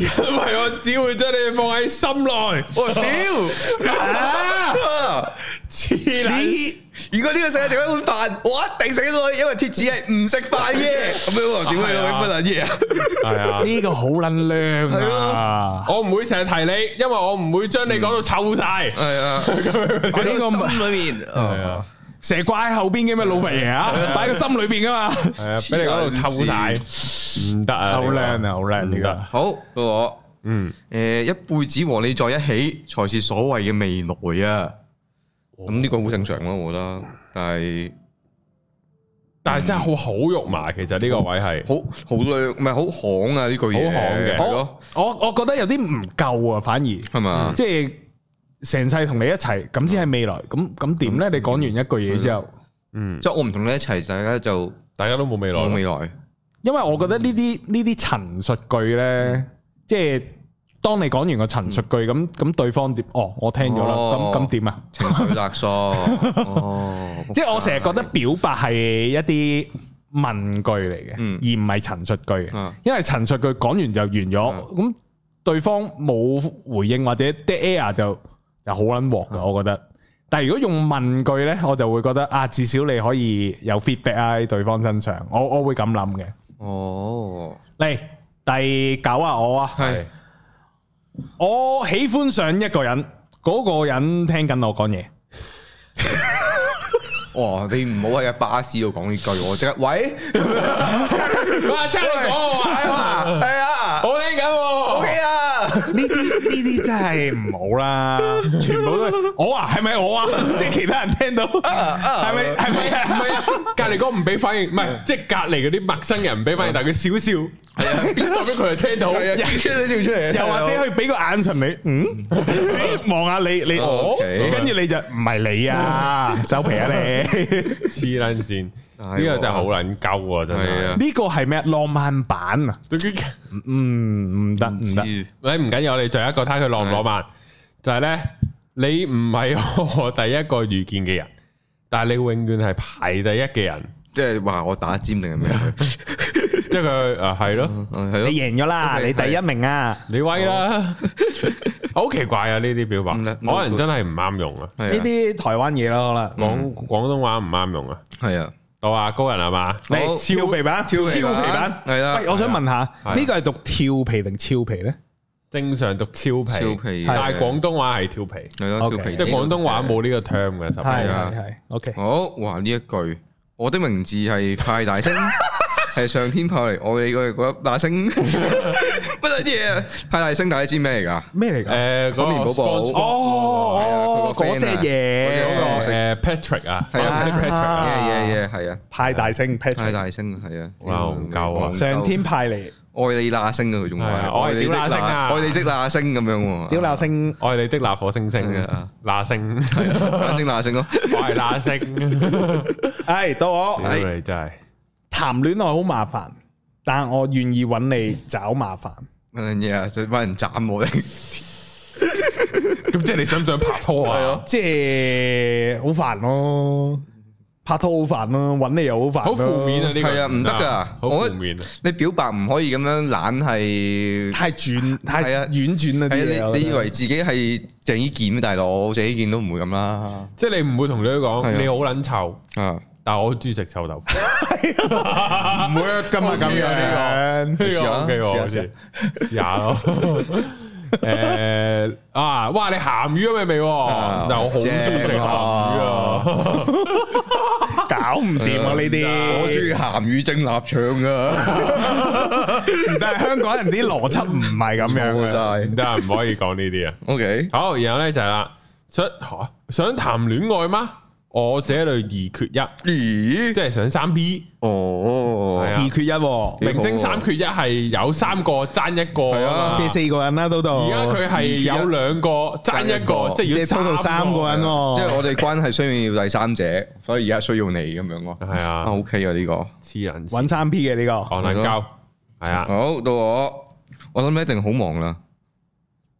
[SPEAKER 1] 因為我只會將你放喺心內。我
[SPEAKER 2] 屌！啊 [laughs]
[SPEAKER 1] 黐撚
[SPEAKER 2] 你如果呢個世界剩一碗飯，我一定食咗佢，因為鐵子係唔食
[SPEAKER 1] [laughs]
[SPEAKER 2] 飯嘅。咁樣喎，屌你老母乜撚嘢啊！
[SPEAKER 1] 係啊！
[SPEAKER 3] 呢個好撚靚
[SPEAKER 2] 係
[SPEAKER 3] 啊！
[SPEAKER 1] 我唔會成日提你，因為我唔會將你講到臭晒。
[SPEAKER 2] 係 [laughs] 啊，擺
[SPEAKER 3] 呢個
[SPEAKER 2] 喺
[SPEAKER 1] [laughs]
[SPEAKER 2] 心裏面。
[SPEAKER 1] 係啊，
[SPEAKER 3] 成日掛喺後邊嘅咩老肥爺啊，擺喺個心裏邊噶嘛。
[SPEAKER 1] 係
[SPEAKER 2] 哦
[SPEAKER 1] 啊，俾你講到臭晒，唔得啊！
[SPEAKER 3] 好靚啊，好靚呢
[SPEAKER 1] 唔得
[SPEAKER 3] 個。
[SPEAKER 2] 好到我，嗯，诶，一輩子和你在一起，才是所謂嘅未來啊。
[SPEAKER 1] 哦
[SPEAKER 2] 咁呢個好正常咯，我覺得。但係
[SPEAKER 1] 但係真係好好肉麻，其實呢個位係
[SPEAKER 2] 好好靚，唔係好行啊呢句嘢，
[SPEAKER 1] 好行嘅
[SPEAKER 2] 係咯，
[SPEAKER 3] 我我覺得有啲唔夠啊，反而即
[SPEAKER 2] 係嘛？
[SPEAKER 3] 係成世同你一齊，咁先係未來。咁咁點咧？你講完一句嘢之後，
[SPEAKER 1] 嗯，
[SPEAKER 2] 即係我唔同你一齊，大家就
[SPEAKER 1] 大家都冇未來
[SPEAKER 2] 冇
[SPEAKER 1] 啦。
[SPEAKER 2] 未來。
[SPEAKER 3] 因為我覺得呢啲呢啲陳述句咧，即係當你講完個陳述句，咁咁對方點？哦，我聽咗啦。
[SPEAKER 2] 哦
[SPEAKER 3] 咁咁點啊？
[SPEAKER 2] 情緒勒索。哦，
[SPEAKER 3] 即係我成日覺得表白係一啲問句嚟嘅，
[SPEAKER 2] 嗯
[SPEAKER 3] 而唔係陳述句嘅。
[SPEAKER 2] 啊
[SPEAKER 3] 因為陳述句講完就完咗，咁、對方冇回應或者 dead air 就就好撚鑊噶，我覺得。但係如果用問句呢，我就會覺得啊，至少你可以有 feedback 喺對方身上，我我會咁諗嘅。
[SPEAKER 2] 哦，
[SPEAKER 3] 嚟第九啊，我啊，
[SPEAKER 2] 係
[SPEAKER 3] 我喜歡上一個人，嗰、個人聽緊我講嘢，
[SPEAKER 2] 哇！你唔好喺架巴士度講呢句，我即刻喂，
[SPEAKER 1] 哇！差你講我
[SPEAKER 2] 係
[SPEAKER 1] 啊，
[SPEAKER 2] 啊，係啊
[SPEAKER 1] 好聽緊喎。
[SPEAKER 2] ，OK 啊，
[SPEAKER 3] 呢啲呢啲真係唔好啦，全部都係我啊，係咪我
[SPEAKER 2] [laughs]
[SPEAKER 3] 啊？即係其他人聽到，
[SPEAKER 2] 啊
[SPEAKER 3] 係咪係咪
[SPEAKER 1] 唔
[SPEAKER 3] 啊？
[SPEAKER 1] 係啊，隔離嗰個唔俾反應，唔係即係隔離嗰啲陌生人唔俾反應，但係佢少少， [laughs] 係啊，代表佢係聽到。
[SPEAKER 2] 係啊，跳出嚟，
[SPEAKER 3] 又或者佢俾個眼神你，
[SPEAKER 2] [laughs]
[SPEAKER 3] 嗯，望下你，你
[SPEAKER 2] 哦
[SPEAKER 3] 我，
[SPEAKER 2] OK
[SPEAKER 3] 跟住你就唔係你
[SPEAKER 2] [laughs]
[SPEAKER 3] 啊，收皮啊你！
[SPEAKER 1] 黐撚線，呢
[SPEAKER 2] 喎
[SPEAKER 1] 個真係好撚鳩啊！真
[SPEAKER 2] 係
[SPEAKER 1] 係
[SPEAKER 2] 啊，
[SPEAKER 3] 呢個係咩？浪漫版啊？
[SPEAKER 1] 對佢，
[SPEAKER 3] 嗯，唔得唔得，
[SPEAKER 2] 知
[SPEAKER 1] 喂唔緊要，我哋仲有一個睇佢浪唔浪漫，就係咧，你唔 [laughs] 係我第一個遇見嘅人，但係你永遠係排第一嘅人，
[SPEAKER 2] 即係話我打尖定係咩？
[SPEAKER 1] 即係佢啊係咯，
[SPEAKER 2] 嗯係
[SPEAKER 3] 你
[SPEAKER 2] 咯，
[SPEAKER 3] 贏咗啦，
[SPEAKER 2] OK，
[SPEAKER 3] 你第一名啊！
[SPEAKER 1] 你威啦，好奇怪啊！呢啲表白
[SPEAKER 2] 唔得
[SPEAKER 1] 可能真係唔啱用啊，
[SPEAKER 3] 呢
[SPEAKER 2] 係啊，
[SPEAKER 3] 啲台灣嘢咯，可能嗯
[SPEAKER 1] 廣廣東話唔啱用啊，
[SPEAKER 2] 係啊，
[SPEAKER 1] 到啊高人係嘛？
[SPEAKER 2] 好
[SPEAKER 3] 嚟跳皮版，
[SPEAKER 2] 跳皮版啊
[SPEAKER 3] 版
[SPEAKER 2] 係啊啦
[SPEAKER 3] 喂，我想問下，
[SPEAKER 1] 係啦
[SPEAKER 3] 呢個係讀跳皮定超皮咧？
[SPEAKER 1] 正常讀超皮，
[SPEAKER 2] 超皮
[SPEAKER 1] 但
[SPEAKER 2] 係
[SPEAKER 1] 係廣東話係跳皮，
[SPEAKER 2] 係咯，
[SPEAKER 3] OK
[SPEAKER 2] 跳皮
[SPEAKER 1] 即係廣東話冇呢個 term 嘅，
[SPEAKER 3] 係
[SPEAKER 1] 實際
[SPEAKER 2] 啊
[SPEAKER 3] 係係，OK。
[SPEAKER 2] 好，哇！呢一句，我的名字係派
[SPEAKER 1] [laughs]
[SPEAKER 2] 大星，係上天派嚟我哋嗰嗰粒大星，乜撚嘢啊？派大星大家知咩嚟噶？
[SPEAKER 3] 咩嚟㗎？
[SPEAKER 1] 誒嗰個
[SPEAKER 2] 海綿寶寶
[SPEAKER 1] SpongeBob
[SPEAKER 3] 哦哦，
[SPEAKER 2] 係啊佢個
[SPEAKER 3] 嗰
[SPEAKER 2] friend
[SPEAKER 3] 隻
[SPEAKER 2] 啊
[SPEAKER 3] 嘢
[SPEAKER 2] 嗰隻
[SPEAKER 1] 誒 Patrick 啊，
[SPEAKER 2] 係
[SPEAKER 1] 我
[SPEAKER 2] 啊
[SPEAKER 1] 唔識 Patrick
[SPEAKER 2] 嘢 [laughs]
[SPEAKER 1] 啊，
[SPEAKER 2] 嘢
[SPEAKER 1] [laughs]
[SPEAKER 2] 嘢係啊，
[SPEAKER 3] 派大星
[SPEAKER 2] 派
[SPEAKER 3] Patrick，
[SPEAKER 2] 大星係啊，
[SPEAKER 1] 哇唔夠啊
[SPEAKER 3] 上天派嚟
[SPEAKER 2] 愛你那星啊，佢仲
[SPEAKER 1] 係啊
[SPEAKER 2] 話
[SPEAKER 1] 我係
[SPEAKER 2] 愛你的
[SPEAKER 1] 屌那星啊
[SPEAKER 2] 愛你的那星咁樣喎，
[SPEAKER 3] 屌那星，
[SPEAKER 1] 愛你的那火星星
[SPEAKER 2] 係啊，
[SPEAKER 1] 那星，
[SPEAKER 2] 反正那星咯，
[SPEAKER 1] 我係那
[SPEAKER 2] [laughs]
[SPEAKER 1] 星，屌
[SPEAKER 3] 唉，到我
[SPEAKER 1] 你真係
[SPEAKER 3] 談戀愛好麻煩，但我願意揾你找麻煩。
[SPEAKER 2] 乜撚嘢啊？就揾人斬我哋， [laughs]
[SPEAKER 1] 咁即係你想唔想拍拖啊？
[SPEAKER 3] 即係好煩咯，拍拖好煩咯，揾你又好煩，
[SPEAKER 1] 好負面啊！！呢個
[SPEAKER 2] 係啊唔得㗎
[SPEAKER 1] 好
[SPEAKER 2] 我
[SPEAKER 1] 負面啊！
[SPEAKER 2] 你表白唔可以咁樣懶
[SPEAKER 3] [laughs]
[SPEAKER 2] 係。
[SPEAKER 3] 太轉太
[SPEAKER 2] 係啊
[SPEAKER 3] 婉轉啦啲
[SPEAKER 2] 係
[SPEAKER 3] 嘢
[SPEAKER 2] 啊，
[SPEAKER 3] 我
[SPEAKER 2] 你你
[SPEAKER 3] 覺
[SPEAKER 2] 以
[SPEAKER 3] 得
[SPEAKER 2] 為自己係鄭伊健咩大佬？鄭伊健都唔會咁啦，
[SPEAKER 1] 即係你唔會同佢講
[SPEAKER 2] 係啊
[SPEAKER 1] 你好撚臭，
[SPEAKER 2] 啊！
[SPEAKER 1] 但係我好中意食臭豆腐，
[SPEAKER 3] 唔 work 噶嘛
[SPEAKER 1] OK
[SPEAKER 3] 咁
[SPEAKER 1] 啊
[SPEAKER 3] 樣
[SPEAKER 1] 呢。個
[SPEAKER 2] 試下
[SPEAKER 1] OK 喎，好
[SPEAKER 2] 試
[SPEAKER 1] 似 [laughs] 試下咯。Ờ, 誒啊！哇！你鹹魚都未味喎，
[SPEAKER 2] 啊
[SPEAKER 1] 但我好中意食鹹魚
[SPEAKER 2] 正
[SPEAKER 1] 啊！
[SPEAKER 3] 搞唔掂啊！呢
[SPEAKER 2] 我中
[SPEAKER 3] 啲
[SPEAKER 2] 意鹹魚蒸臘腸啊噶，
[SPEAKER 3] 但係香港人啲邏輯唔係咁樣嘅。
[SPEAKER 1] 唔
[SPEAKER 2] 冇晒。
[SPEAKER 1] 得，唔可以講呢啲啊！
[SPEAKER 2] O K，
[SPEAKER 1] 好，然後咧就係啦，想吓想談戀愛嗎？我這裏二缺一，
[SPEAKER 2] 咦？
[SPEAKER 1] 即係上三 B，
[SPEAKER 2] 哦，
[SPEAKER 1] 係啊
[SPEAKER 3] 二缺
[SPEAKER 2] 幾
[SPEAKER 3] 一喎，
[SPEAKER 2] 好啊
[SPEAKER 1] 明星三缺一係有三個爭一個啊嘛
[SPEAKER 3] 即係四個人啦，都到
[SPEAKER 1] 而家佢係有兩個爭一個，
[SPEAKER 2] 爭一個
[SPEAKER 1] 即係
[SPEAKER 3] 即
[SPEAKER 1] 要
[SPEAKER 3] 係 total 三個人喎，
[SPEAKER 2] 即係我哋關係需要第三者，所以而家需要你咁樣咯。
[SPEAKER 1] 係
[SPEAKER 2] 啊
[SPEAKER 1] 啊，
[SPEAKER 2] ，OK 啊呢個。
[SPEAKER 1] 黐人線
[SPEAKER 3] 揾三 P 嘅呢
[SPEAKER 2] 哦
[SPEAKER 3] 個，
[SPEAKER 1] 昂撚交，係 [laughs] 啊，
[SPEAKER 2] 好到我，我諗你一定好忙啦。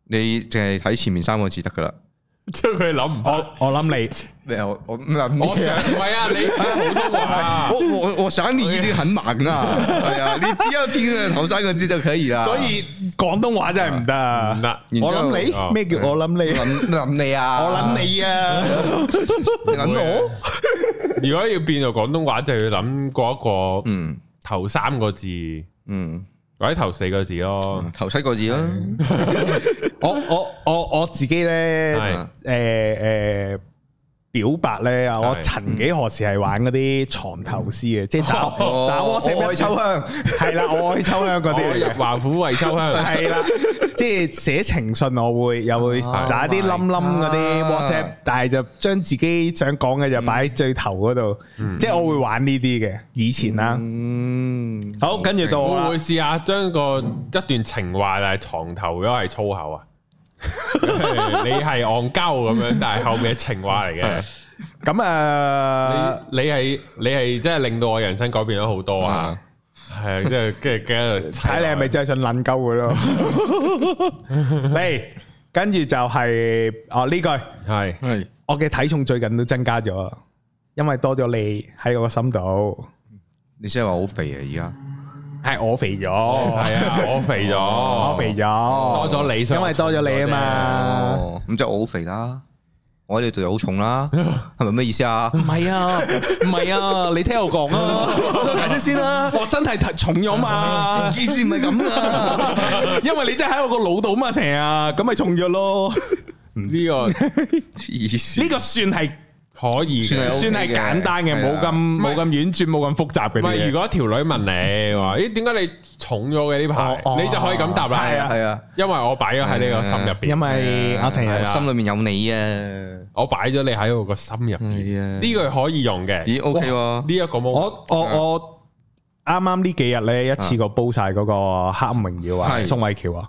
[SPEAKER 2] 你淨係睇前面三個字得噶啦。
[SPEAKER 1] 即係佢諗唔
[SPEAKER 3] 我
[SPEAKER 1] 到。
[SPEAKER 3] 我諗你
[SPEAKER 2] 咩啊？我我嗱
[SPEAKER 1] 我想唔係啊，
[SPEAKER 3] [laughs]
[SPEAKER 1] 你普通話
[SPEAKER 2] 我我我想你一定很忙啊，係啊，你只要聽咗頭三個字就可以啦。
[SPEAKER 3] 所以廣東話真係唔得，啊
[SPEAKER 1] 唔得
[SPEAKER 2] 啊然之
[SPEAKER 3] 我
[SPEAKER 2] 後嗯
[SPEAKER 3] 諗
[SPEAKER 1] 哦
[SPEAKER 3] 你咩叫我諗你？
[SPEAKER 2] 諗諗你啊，
[SPEAKER 3] 我諗，你啊，
[SPEAKER 2] [laughs] 你諗我，
[SPEAKER 1] 如果要變做廣東話，就要諗嗰一個
[SPEAKER 2] 嗯
[SPEAKER 1] 頭三個字
[SPEAKER 2] 嗯，
[SPEAKER 1] 或者頭四個字咯。
[SPEAKER 2] 哦頭七個字啦，
[SPEAKER 3] 我我我我自己咧，
[SPEAKER 1] 係
[SPEAKER 3] 誒誒。表白咧啊！我
[SPEAKER 1] 係
[SPEAKER 3] 曾幾何時係玩嗰啲床頭詩嘅，即係打
[SPEAKER 2] 嗯哦
[SPEAKER 3] 打
[SPEAKER 2] 我
[SPEAKER 3] WhatsApp
[SPEAKER 2] 愛
[SPEAKER 3] 一
[SPEAKER 2] 秋香，
[SPEAKER 3] 係啦，我愛秋嗯香嗰啲
[SPEAKER 1] 我
[SPEAKER 3] 嚟
[SPEAKER 1] 入
[SPEAKER 3] 嘅。啊
[SPEAKER 1] 華府為秋
[SPEAKER 3] [laughs]
[SPEAKER 1] 香，
[SPEAKER 3] 系啦，Oh 即系写情信，我会又會打啲冧冧嗰
[SPEAKER 2] my
[SPEAKER 3] 啲
[SPEAKER 2] God
[SPEAKER 3] WhatsApp，但系就將自己想講嘅就擺最頭嗰度，即系我會玩呢啲嘅，以前啦。
[SPEAKER 2] 嗯，
[SPEAKER 3] 好，跟住到
[SPEAKER 1] 會
[SPEAKER 3] 我
[SPEAKER 1] 唔
[SPEAKER 3] 啦
[SPEAKER 1] 會，試下將個一段情話，但係床頭嗰個係粗口啊？ [laughs] 你係戇鳩咁
[SPEAKER 3] [laughs]
[SPEAKER 1] 樣，但係後面係情話嚟嘅。
[SPEAKER 3] 咁啊，
[SPEAKER 1] 你係你係真係令到我人生改變咗好多啊！係啊，即係跟住跟住
[SPEAKER 3] 睇你係咪真係想撚鳩佢 [laughs] 咯？嚟，跟住就係哦呢句，
[SPEAKER 1] 係
[SPEAKER 2] 係
[SPEAKER 3] 我嘅體重最近都增加咗，因為多咗你喺我個心度，
[SPEAKER 2] 你真係話好肥啊而家。
[SPEAKER 3] 係我肥咗，
[SPEAKER 1] 係啊，我肥咗，
[SPEAKER 3] 我
[SPEAKER 1] 我
[SPEAKER 3] 肥咗，
[SPEAKER 1] 多咗你，所以
[SPEAKER 3] 因為多咗你啊嘛。
[SPEAKER 2] 哦，咁即係我好肥啦，我喺你度又好重
[SPEAKER 3] [laughs]
[SPEAKER 2] 啦，係咪咩意思啊？
[SPEAKER 3] 唔係啊，唔係啊，你聽我講啊，
[SPEAKER 2] 解釋先啦，
[SPEAKER 3] 我真係太重咗嘛，
[SPEAKER 2] 件事唔係咁啊噶，
[SPEAKER 3] 因為你真係喺我個腦度嘛，成日咁咪重咗咯。
[SPEAKER 1] 我肥咗呢
[SPEAKER 2] 黐線
[SPEAKER 3] 呢個算係
[SPEAKER 1] 個可以
[SPEAKER 2] 算
[SPEAKER 1] 嘅
[SPEAKER 2] 係。
[SPEAKER 3] 算係簡單嘅，
[SPEAKER 2] 係啊
[SPEAKER 3] 冇咁冇咁婉轉，冇咁複雜嘅
[SPEAKER 1] 唔係，
[SPEAKER 3] 嘢
[SPEAKER 1] 如。果條女問
[SPEAKER 3] [laughs]
[SPEAKER 1] 你話：咦，點解你重咗嘅呢
[SPEAKER 2] 哦哦
[SPEAKER 1] 排？你就可以咁答
[SPEAKER 3] 係
[SPEAKER 1] 啦
[SPEAKER 3] 啊。
[SPEAKER 2] 係啊，
[SPEAKER 1] 因為我擺咗喺你個心入邊，
[SPEAKER 3] 因為阿成
[SPEAKER 2] 係
[SPEAKER 3] 日
[SPEAKER 2] 啊心裏面有你啊，
[SPEAKER 1] 我擺咗你喺我個心入
[SPEAKER 3] 嗯
[SPEAKER 1] 邊，
[SPEAKER 2] 係啊
[SPEAKER 1] 呢句可以用嘅。
[SPEAKER 2] 咦 OK 喎，
[SPEAKER 1] 呢一個冇，
[SPEAKER 3] 我我我啱啱呢幾日咧，一次過煲晒嗰個《黑暗榮耀》啊，
[SPEAKER 2] 係
[SPEAKER 3] 宋慧喬啊，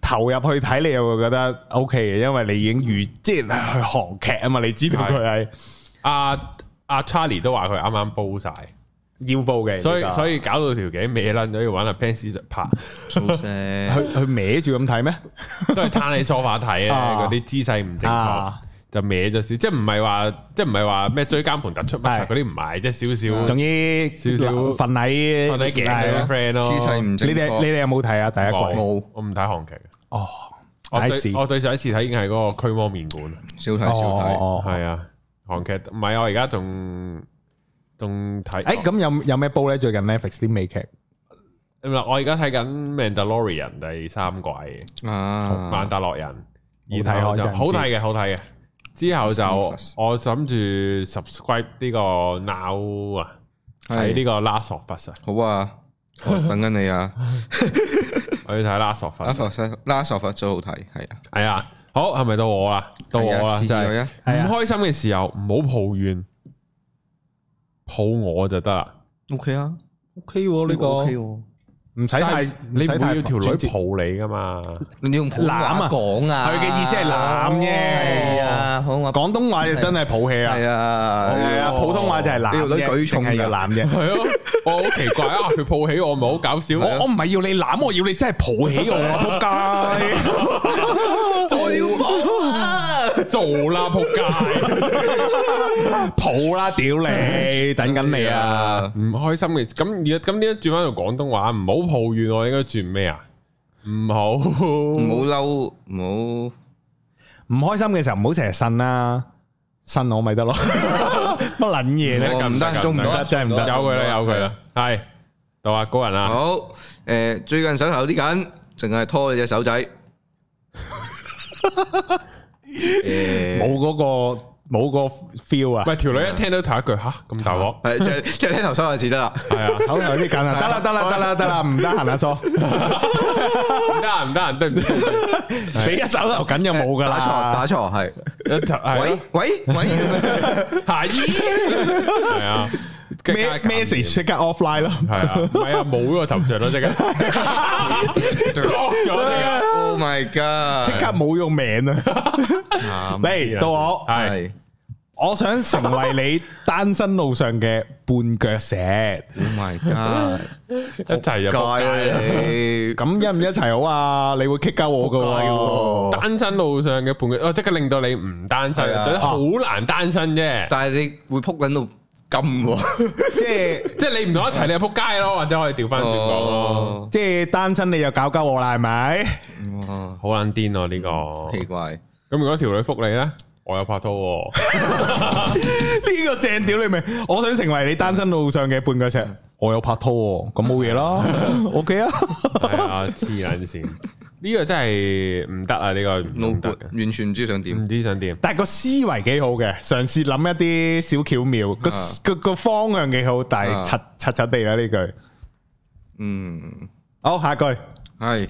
[SPEAKER 3] 投入去睇你又會覺得 O K 嘅，因為你已經預即係去韓劇啊嘛，你知道佢係
[SPEAKER 1] 阿阿 Charlie 都話佢啱啱煲晒，
[SPEAKER 3] 要報嘅，
[SPEAKER 1] 所以
[SPEAKER 3] 而家
[SPEAKER 1] 所以搞到條頸歪撚咗，要揾阿 Ben Sir
[SPEAKER 3] [laughs]
[SPEAKER 1] 拍，
[SPEAKER 2] 好聲
[SPEAKER 3] 佢佢歪住咁睇咩？
[SPEAKER 1] 都係攤喺梳化睇啊，
[SPEAKER 3] 啊
[SPEAKER 1] 嗰啲姿勢唔正確
[SPEAKER 3] 啊。
[SPEAKER 1] 就歪咗少，即係唔係話，即係唔係話咩追監盤突出乜柒
[SPEAKER 3] 係啊
[SPEAKER 1] 嗰啲唔係，即係少少
[SPEAKER 3] 仲要
[SPEAKER 1] 少少
[SPEAKER 3] 瞓喺
[SPEAKER 1] 瞓喺頸
[SPEAKER 3] 係
[SPEAKER 1] 嗰
[SPEAKER 3] 啊
[SPEAKER 1] 啲 friend 咯。
[SPEAKER 2] 姿勢唔正
[SPEAKER 3] 你哋你
[SPEAKER 2] 確，
[SPEAKER 3] 哋有冇睇啊？第一
[SPEAKER 1] 冇
[SPEAKER 3] 季
[SPEAKER 2] 冇
[SPEAKER 1] 我唔睇韓劇嘅。
[SPEAKER 3] 哦，
[SPEAKER 1] 我
[SPEAKER 3] I
[SPEAKER 1] 對
[SPEAKER 3] see
[SPEAKER 1] 我對上一次睇已經係嗰個驅魔麵館，
[SPEAKER 2] 少睇少睇，
[SPEAKER 3] 哦
[SPEAKER 1] 係啊，韓劇唔係我而家仲仲睇。
[SPEAKER 3] 誒，哎咁有有咩煲咧？最近 Netflix 啲美劇
[SPEAKER 1] 嗱，我而家睇緊《Mandalorian》第三季《
[SPEAKER 2] 啊
[SPEAKER 1] 曼達洛人》，
[SPEAKER 3] 睇
[SPEAKER 1] 然後
[SPEAKER 3] 我
[SPEAKER 1] 就
[SPEAKER 3] 真係唔知
[SPEAKER 1] 好睇嘅，好睇嘅。之後就
[SPEAKER 2] Disney Plus
[SPEAKER 1] 我諗住 subscribe 呢個 Now 啊，睇呢
[SPEAKER 2] 係
[SPEAKER 1] 個 Last of Us 啊，
[SPEAKER 2] 好啊，我等緊你啊
[SPEAKER 1] 我要睇 Last of
[SPEAKER 2] ，Last
[SPEAKER 1] Us。啊
[SPEAKER 2] of Us- Last of Us 都好睇，係啊，
[SPEAKER 1] 係啊，好係咪到我啦？到我啦，
[SPEAKER 2] 試
[SPEAKER 1] 真
[SPEAKER 2] 試
[SPEAKER 1] 係
[SPEAKER 2] 佢啊，
[SPEAKER 1] 唔
[SPEAKER 3] 係啊
[SPEAKER 1] 開心嘅時候唔好抱怨，抱我就得啦。
[SPEAKER 2] ，OK 啊，
[SPEAKER 3] ，OK 喎呢個，
[SPEAKER 2] OK 喎
[SPEAKER 3] 唔使太
[SPEAKER 1] 哎但係你
[SPEAKER 3] 唔
[SPEAKER 1] 唔
[SPEAKER 3] 使太
[SPEAKER 1] 會要條
[SPEAKER 3] 轉折
[SPEAKER 1] 女抱你噶嘛？
[SPEAKER 2] 你用普通話講啊，
[SPEAKER 3] 佢嘅意思係攬啫
[SPEAKER 2] 係啊，普通話
[SPEAKER 3] 廣東話就真係抱氣啊，
[SPEAKER 2] 係
[SPEAKER 3] 係
[SPEAKER 2] 啊，
[SPEAKER 3] 啊，普通話就係攬
[SPEAKER 2] 呢條女
[SPEAKER 3] 啫，
[SPEAKER 2] 舉重㗎
[SPEAKER 3] 淨係要攬啫。
[SPEAKER 1] 係咯，我好奇怪啊！佢抱起我，咪好搞笑。
[SPEAKER 3] 我我唔係要你攬，我要你真係抱起我啊！仆
[SPEAKER 2] 我要
[SPEAKER 1] 做啦，仆街！
[SPEAKER 3] 街，抱啦，屌你，等緊你啊！！
[SPEAKER 1] 唔開心嘅，咁而家咁點解轉翻到廣東話？唔好抱怨我，應該轉咩啊？唔好，
[SPEAKER 2] 唔好
[SPEAKER 1] 唔
[SPEAKER 2] 嬲，唔好
[SPEAKER 3] 唔開心嘅時候唔好成日呻啦，呻我咪得咯。乜撚嘢咧？
[SPEAKER 2] 我唔
[SPEAKER 1] 得
[SPEAKER 2] 得，做唔到，
[SPEAKER 3] 真係唔得
[SPEAKER 1] 有佢啦，有佢啦，嗯係啊到阿高人啊啦，
[SPEAKER 2] 好，诶，最近手頭啲緊，淨係拖你隻手仔。
[SPEAKER 3] 冇
[SPEAKER 2] 冇，
[SPEAKER 3] 嗰個冇嗰個 feel 啊！
[SPEAKER 1] 喂條女一聽到頭一句吓咁大鑊，
[SPEAKER 2] 係即即係聽頭手就似得啦。
[SPEAKER 1] 係啊，
[SPEAKER 3] 手頭有啲緊啊！得啦得啦得啦得啦，唔得閒啦，叔，
[SPEAKER 1] 唔得啊唔得啊，對唔 [laughs] 住，
[SPEAKER 3] 你一手頭緊就冇噶
[SPEAKER 2] 打錯，
[SPEAKER 3] 啦
[SPEAKER 2] 打。錯係。
[SPEAKER 1] 係
[SPEAKER 2] 喂喂喂，
[SPEAKER 1] 下衣係啊，跟住
[SPEAKER 3] 咩
[SPEAKER 1] 加減
[SPEAKER 3] message 即刻 offline 咯，
[SPEAKER 1] 係啊，唔係啊，冇咗個頭像咯，即刻
[SPEAKER 2] [laughs]
[SPEAKER 1] block 咗你啊！
[SPEAKER 2] Oh my god！
[SPEAKER 3] 即刻冇用名啊！
[SPEAKER 2] 慘
[SPEAKER 3] 嚟到我，
[SPEAKER 1] 係
[SPEAKER 2] 係
[SPEAKER 3] 我想成為你單身路上嘅絆腳石，
[SPEAKER 2] ，Oh my god！
[SPEAKER 1] 一齊就仆
[SPEAKER 2] 仆
[SPEAKER 1] 街啦
[SPEAKER 2] 街啦
[SPEAKER 3] 咁一唔一齊好啊？你會棘鳩我噶喎，
[SPEAKER 1] 單身路上嘅伴侶，哦，即係令到你唔單身，
[SPEAKER 2] 係啊哦
[SPEAKER 1] 就好難單身啫
[SPEAKER 2] 你，。但係你會撲撚到金喎。
[SPEAKER 3] 即係。
[SPEAKER 1] 即係你唔同我一齊，你就仆街咯，或者可以調翻轉講咯。
[SPEAKER 2] 哦，
[SPEAKER 3] 即系單身你又搞鳩我啦，係咪？
[SPEAKER 2] 哇
[SPEAKER 1] 好撚癲啊喎呢個。
[SPEAKER 2] 奇怪，
[SPEAKER 1] 咁如果條女覆你咧，我有拍拖
[SPEAKER 2] [laughs]
[SPEAKER 1] 喎，
[SPEAKER 3] 呢個正屌你明？我想成為你單身路上嘅半個石。我有拍拖喎，咁冇嘢啦
[SPEAKER 2] [laughs]
[SPEAKER 3] ，OK 啊。
[SPEAKER 1] 係啊，黐撚線。呢個真係唔得啊！呢個
[SPEAKER 2] 腦
[SPEAKER 1] 唔
[SPEAKER 2] 撥
[SPEAKER 1] 得嘅，
[SPEAKER 2] 完全唔知想點。
[SPEAKER 1] 唔知想點。
[SPEAKER 3] 但係個思維幾好嘅，嘗試諗一啲小巧妙，個
[SPEAKER 2] 啊
[SPEAKER 3] 個個方向幾好，但係
[SPEAKER 2] 啊
[SPEAKER 3] 柒柒柒地啦呢句。
[SPEAKER 2] 嗯，
[SPEAKER 3] 好，下一句
[SPEAKER 2] 係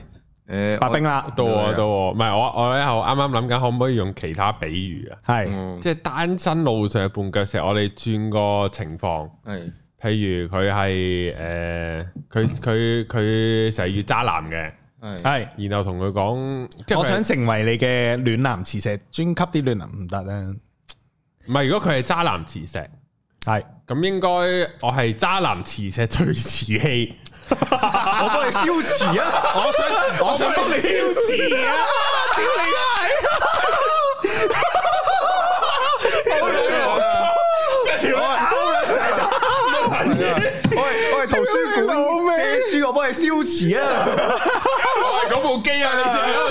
[SPEAKER 2] 誒，
[SPEAKER 3] 白
[SPEAKER 2] 我
[SPEAKER 3] 冰啦，
[SPEAKER 1] 到
[SPEAKER 2] 啊
[SPEAKER 1] 我到我，唔係我我咧，我啱啱諗緊可唔可以用其他比喻啊？
[SPEAKER 3] 係
[SPEAKER 2] 嗯
[SPEAKER 1] 即係單身路上嘅絆腳石，我哋轉個情況。
[SPEAKER 2] 係
[SPEAKER 1] 譬如佢係诶，佢佢佢成日遇渣男嘅，
[SPEAKER 2] 係
[SPEAKER 3] 係。
[SPEAKER 1] 然後同佢講，即係佢
[SPEAKER 3] 我想成為你嘅暖男磁石，專級啲暖男唔得啊咧。
[SPEAKER 1] 唔係如果佢係渣男磁石，
[SPEAKER 3] 係，
[SPEAKER 1] 咁應該我係渣男磁石最磁器，
[SPEAKER 2] 我幫你消磁啊！
[SPEAKER 3] [laughs] 我想我想幫你消磁啊！屌你啊！
[SPEAKER 2] 我係我係圖書館借書，我幫你消磁啊！
[SPEAKER 1] 我係嗰部機啊！你哋喺度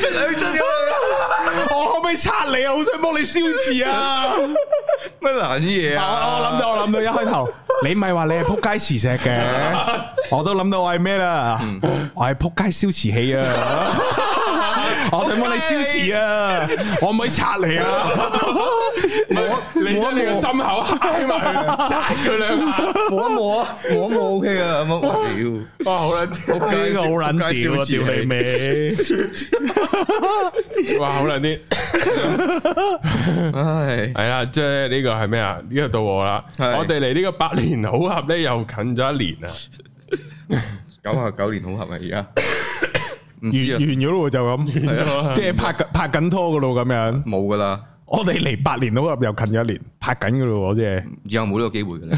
[SPEAKER 2] 真係真係
[SPEAKER 3] 我可唔可以拆你啊？好想幫你消磁啊！
[SPEAKER 2] 乜難嘢
[SPEAKER 3] 我
[SPEAKER 2] 啊！
[SPEAKER 3] 我諗到，我諗到一開頭，你咪話你係扑街磁石
[SPEAKER 2] [laughs]
[SPEAKER 3] 嘅，我都諗到我係咩啦？我係扑街消磁器啊！我想幫你消磁啊！我可唔可以拆你啊？
[SPEAKER 1] 你
[SPEAKER 2] 摸
[SPEAKER 1] 將啊你個
[SPEAKER 2] 摸
[SPEAKER 1] 心口揩埋 [laughs] 佢，扎佢兩下，
[SPEAKER 2] 摸一摸啊，摸一摸 OK à. 啊！咁啊
[SPEAKER 1] 哇！好撚
[SPEAKER 2] 屌，仆街
[SPEAKER 3] 呢個好撚
[SPEAKER 2] 仆街消
[SPEAKER 3] 屌啊！
[SPEAKER 2] 磁器 [laughs]
[SPEAKER 3] 屌你！味！
[SPEAKER 1] 哇！好撚啲，
[SPEAKER 2] 唉，
[SPEAKER 1] 係啦，即係呢個係咩啊？呢個到我啦，
[SPEAKER 2] 係
[SPEAKER 1] 我哋嚟呢個百年好合咧，又近咗一年啦。啊
[SPEAKER 2] 九啊九年好合啊！而 [coughs] 家唔
[SPEAKER 3] 完
[SPEAKER 2] 知啊
[SPEAKER 3] 完，咗咯喎，就咁，即係拍緊拍緊拖噶咯咁樣。
[SPEAKER 2] 冇噶啦，
[SPEAKER 3] 我哋離八年都入又近咗一年，拍緊噶咯喎，即係
[SPEAKER 2] 以後冇呢個機會嘅啦。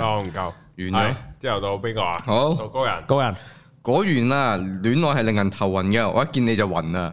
[SPEAKER 1] 我唔夠，
[SPEAKER 2] 咗
[SPEAKER 1] 係之後到邊個啊？
[SPEAKER 2] 好
[SPEAKER 1] 到高人。
[SPEAKER 3] 高人。
[SPEAKER 2] 果然啦，戀愛係令人頭暈嘅，我一見你就暈啊啦。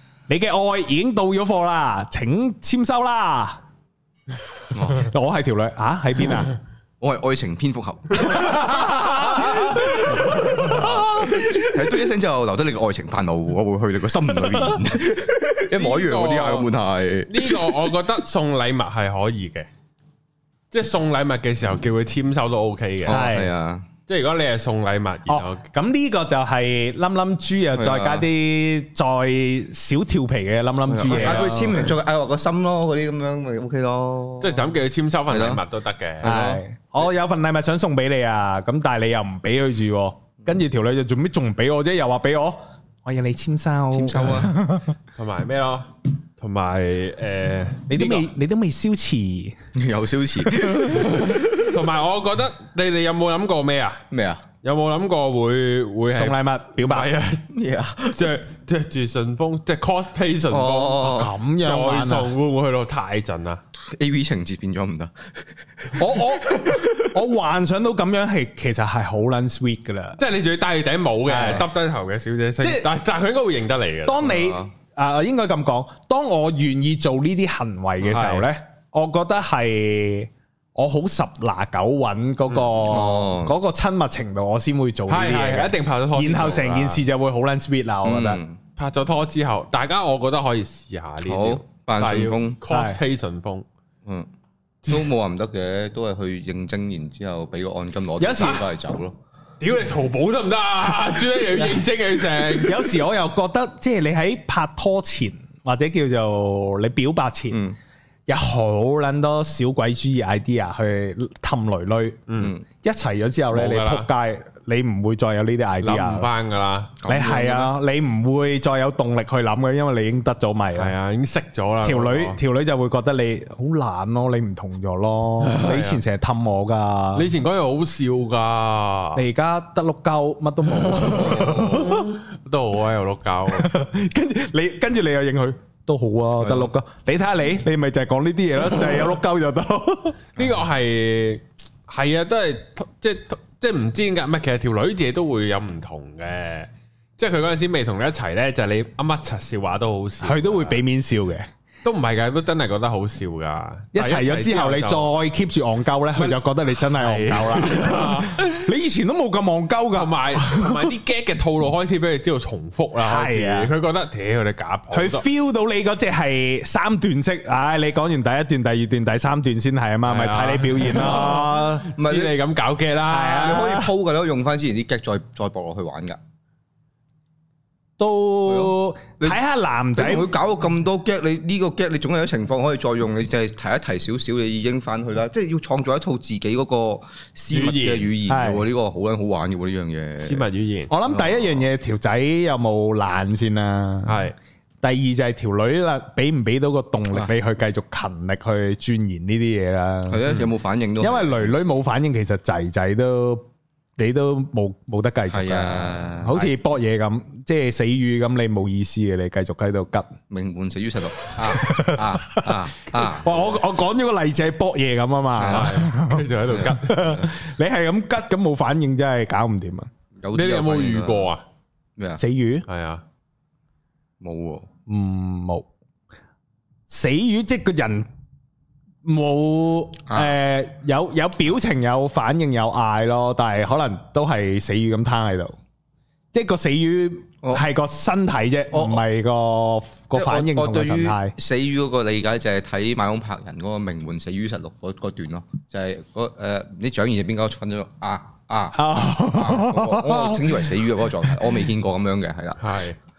[SPEAKER 3] 你嘅愛已經到咗貨啦，請簽收啦。我係條女啊，喺邊啊？
[SPEAKER 2] 我係愛情蝙蝠俠， [laughs] 係嘟一聲之後留低你嘅愛情煩惱，我會去你個心裏面，一模一樣嗰啲啊根本係，
[SPEAKER 1] 呢個我覺得送禮物係可以嘅，即係送禮物嘅時候叫佢簽收都 OK
[SPEAKER 2] 哦
[SPEAKER 1] 嘅。
[SPEAKER 3] 係
[SPEAKER 2] 係啊，
[SPEAKER 1] 即係如果你係送禮物，然後
[SPEAKER 3] 哦，咁呢個就係冧冧豬啊，再加啲再小調皮嘅冧冧豬嘢
[SPEAKER 2] 嗌
[SPEAKER 3] 啦
[SPEAKER 2] 啊佢。簽完再嗌我個心咯，嗰啲咁樣咪 OK 咯，
[SPEAKER 1] 即係就咁叫佢簽收份
[SPEAKER 2] 係咯
[SPEAKER 1] 禮物都得嘅。
[SPEAKER 3] 係，我有份禮物想送俾你啊，咁但係你又唔俾佢住喎，跟住條女就做咩仲唔俾我啫？又話俾我，我要你簽收，簽
[SPEAKER 2] 收啊，
[SPEAKER 1] 同埋咩咯？同埋誒，
[SPEAKER 3] 你都
[SPEAKER 1] 呢
[SPEAKER 3] 未，你都未消磁，
[SPEAKER 2] [laughs]
[SPEAKER 3] 你
[SPEAKER 2] 有消磁
[SPEAKER 1] 個同埋我覺得你哋有冇諗過咩啊？
[SPEAKER 2] 咩啊？
[SPEAKER 1] 有冇諗過會會
[SPEAKER 3] 送
[SPEAKER 1] 係
[SPEAKER 3] 禮物表白
[SPEAKER 1] 係啊？
[SPEAKER 2] 咩啊？
[SPEAKER 1] 着着住順豐，即係 cosplay 順豐
[SPEAKER 2] 哦，
[SPEAKER 3] 咁樣
[SPEAKER 1] 再
[SPEAKER 3] 玩啊
[SPEAKER 1] 送，會唔會去到太盡啊？
[SPEAKER 2] A V 情節變咗唔得，
[SPEAKER 3] 我我我幻想到咁樣係其實係好撚 sweet 噶啦。
[SPEAKER 1] [laughs] 即係你啊仲要戴頂帽嘅，
[SPEAKER 3] 係
[SPEAKER 1] 耷低頭嘅小姐聲
[SPEAKER 3] 即係，
[SPEAKER 1] 但但佢應該會認得你嘅。
[SPEAKER 3] 當你
[SPEAKER 2] 啊
[SPEAKER 3] 啊，應該咁講，當我願意做呢啲行為嘅時候呢，我覺得係我好十拿九穩嗰個
[SPEAKER 2] 哦
[SPEAKER 3] 嗰個親密程度，我先會做呢
[SPEAKER 1] 係
[SPEAKER 3] 啲嘢
[SPEAKER 1] 嗯係
[SPEAKER 3] 嘅
[SPEAKER 1] 一定拍咗拖之後啦，啊
[SPEAKER 3] 然後成件事就會好撚 sweet 啦，我覺得。
[SPEAKER 2] 嗯
[SPEAKER 1] 拍咗拖之後，大家我覺得可以試下呢
[SPEAKER 2] 好
[SPEAKER 1] 招，
[SPEAKER 2] 扮順風，
[SPEAKER 1] cosplay 順風。
[SPEAKER 2] 嗯，都冇話唔得嘅，都係去應徵，然之後俾個按金攞，
[SPEAKER 3] 有時
[SPEAKER 2] 翻嚟走咯。
[SPEAKER 1] 屌你淘寶得唔得啊？
[SPEAKER 3] [laughs]
[SPEAKER 1] 朱一要認真佢 [laughs] 成。
[SPEAKER 3] 有時我又覺得，即係你喺拍拖前或者叫做你表白前，
[SPEAKER 2] 嗯
[SPEAKER 3] 有好撚多小鬼主義 idea 去氹女女，
[SPEAKER 2] 嗯，
[SPEAKER 3] 一齊咗之後咧，
[SPEAKER 1] 冇
[SPEAKER 3] 你
[SPEAKER 1] 㗎啦
[SPEAKER 3] 撲街，你唔會再有呢啲啊
[SPEAKER 1] 諗
[SPEAKER 3] idea
[SPEAKER 1] 唔。翻噶啦，
[SPEAKER 3] 你係啊，你唔會再有動力去諗嘅，因為你已經得咗迷
[SPEAKER 1] 係
[SPEAKER 3] 啦。
[SPEAKER 1] 啊，已哦經識咗啦。
[SPEAKER 3] 條女
[SPEAKER 1] 嗰個
[SPEAKER 3] 條女就會覺得你好懶咯，你唔同咗咯。你以前成日氹我噶
[SPEAKER 1] 啊你，以前講嘢好笑
[SPEAKER 3] 你而家得碌鳩，乜
[SPEAKER 1] [laughs]
[SPEAKER 3] 都冇。
[SPEAKER 1] 噶，都好啊，有碌交。
[SPEAKER 3] 跟住你，跟住你又應佢都好啊，得碌鳩。你睇下你，你咪就係講呢啲嘢 [laughs] 咯，就係有碌鳩就得咯。
[SPEAKER 1] 呢個係係啊，都係即係即係唔知點解，唔係其實條女自己都會有唔同嘅，即係佢嗰陣時未同你一齊咧，就係你噏乜柒笑話都好笑，
[SPEAKER 3] 佢都會俾面笑嘅。
[SPEAKER 1] 都唔係㗎，都真係覺得好笑㗎。
[SPEAKER 3] 一齊咗之後，你
[SPEAKER 1] 就
[SPEAKER 3] 再 keep 住戇鳩咧，佢就覺得你真係戇鳩啦。你以前都冇咁
[SPEAKER 1] [laughs]
[SPEAKER 3] 戇鳩
[SPEAKER 1] 同
[SPEAKER 3] 噶，
[SPEAKER 1] 埋同埋啲 gag 嘅套路開始俾佢知道重複啦，開始
[SPEAKER 3] 係啊
[SPEAKER 1] 佢覺得屌你假婆，
[SPEAKER 3] 佢 feel 到你嗰只係三段式。唉，你講完第一段、第二段、第三段先係啊嘛，咪
[SPEAKER 1] 係啊
[SPEAKER 3] 睇你表現咯。
[SPEAKER 2] 唔係
[SPEAKER 1] 知
[SPEAKER 2] 你
[SPEAKER 1] 你咁搞 gag 啦，
[SPEAKER 3] 啊
[SPEAKER 2] 你可以鋪噶，都用翻之前啲 g 再再駁落去玩噶。
[SPEAKER 3] [laughs] 都睇下男
[SPEAKER 2] 你
[SPEAKER 3] 仔
[SPEAKER 2] 佢搞到咁多 g 你呢個 g 你總有啲情況可以再用，你就係提一提少少，你已經翻去啦。即係要創造一套自己嗰個私密嘅語言嘅
[SPEAKER 3] 係
[SPEAKER 2] 喎，呢個好撚好玩嘅喎，呢樣
[SPEAKER 1] 私
[SPEAKER 2] 嘢。
[SPEAKER 1] 密語言
[SPEAKER 3] 我諗第一樣嘢條仔有冇懶先啦，
[SPEAKER 1] 係。
[SPEAKER 3] 第二就係條女啦，俾唔俾到個動力
[SPEAKER 2] 啊
[SPEAKER 3] 你去繼續勤力去鑽研呢啲嘢啦。
[SPEAKER 2] 係
[SPEAKER 1] 嗯
[SPEAKER 2] 啊，有冇反應都係？
[SPEAKER 3] 因為女女冇反應，其實仔仔都你都冇冇得繼續
[SPEAKER 2] 係
[SPEAKER 3] 噶
[SPEAKER 2] 啊，
[SPEAKER 3] 好似搏嘢咁，即係死魚咁，你冇意思嘅，你繼續喺度吉。
[SPEAKER 2] 名門死於實錄啊啊啊啊！
[SPEAKER 3] 哇！我我講咗個例子係搏嘢咁啊嘛， [laughs]
[SPEAKER 1] 佢就喺度吉。
[SPEAKER 2] 啊
[SPEAKER 3] 你係咁吉咁冇反應，真係搞唔掂啊！
[SPEAKER 2] 有
[SPEAKER 1] 你
[SPEAKER 2] 啲
[SPEAKER 1] 哋有冇
[SPEAKER 2] 反應
[SPEAKER 1] 遇
[SPEAKER 2] 㗎
[SPEAKER 1] 過啊？
[SPEAKER 2] 咩啊？
[SPEAKER 3] 死魚。
[SPEAKER 1] 係啊，
[SPEAKER 2] 冇喎，
[SPEAKER 3] 唔冇死魚，即係個人冇
[SPEAKER 2] 啊
[SPEAKER 3] 誒有有表情有反應有嗌咯，但係可能都係死魚咁攤喺度，即係個死魚
[SPEAKER 2] 我
[SPEAKER 3] 係個身體啫，
[SPEAKER 2] 我
[SPEAKER 3] 唔係個個反應
[SPEAKER 2] 我
[SPEAKER 3] 同
[SPEAKER 2] 我
[SPEAKER 3] 個
[SPEAKER 2] 對
[SPEAKER 3] 神
[SPEAKER 2] 於
[SPEAKER 3] 態。
[SPEAKER 2] 死魚嗰個理解就係睇馬空拍人嗰個名門死於實錄嗰嗰段咯，就係嗰誒唔知蔣賢邊個分咗啊啊啊！
[SPEAKER 3] [laughs] Ờ, 啊，
[SPEAKER 2] 嗰個我我稱之為死魚嘅嗰個狀態，我未見過咁樣嘅，係啦。
[SPEAKER 1] 係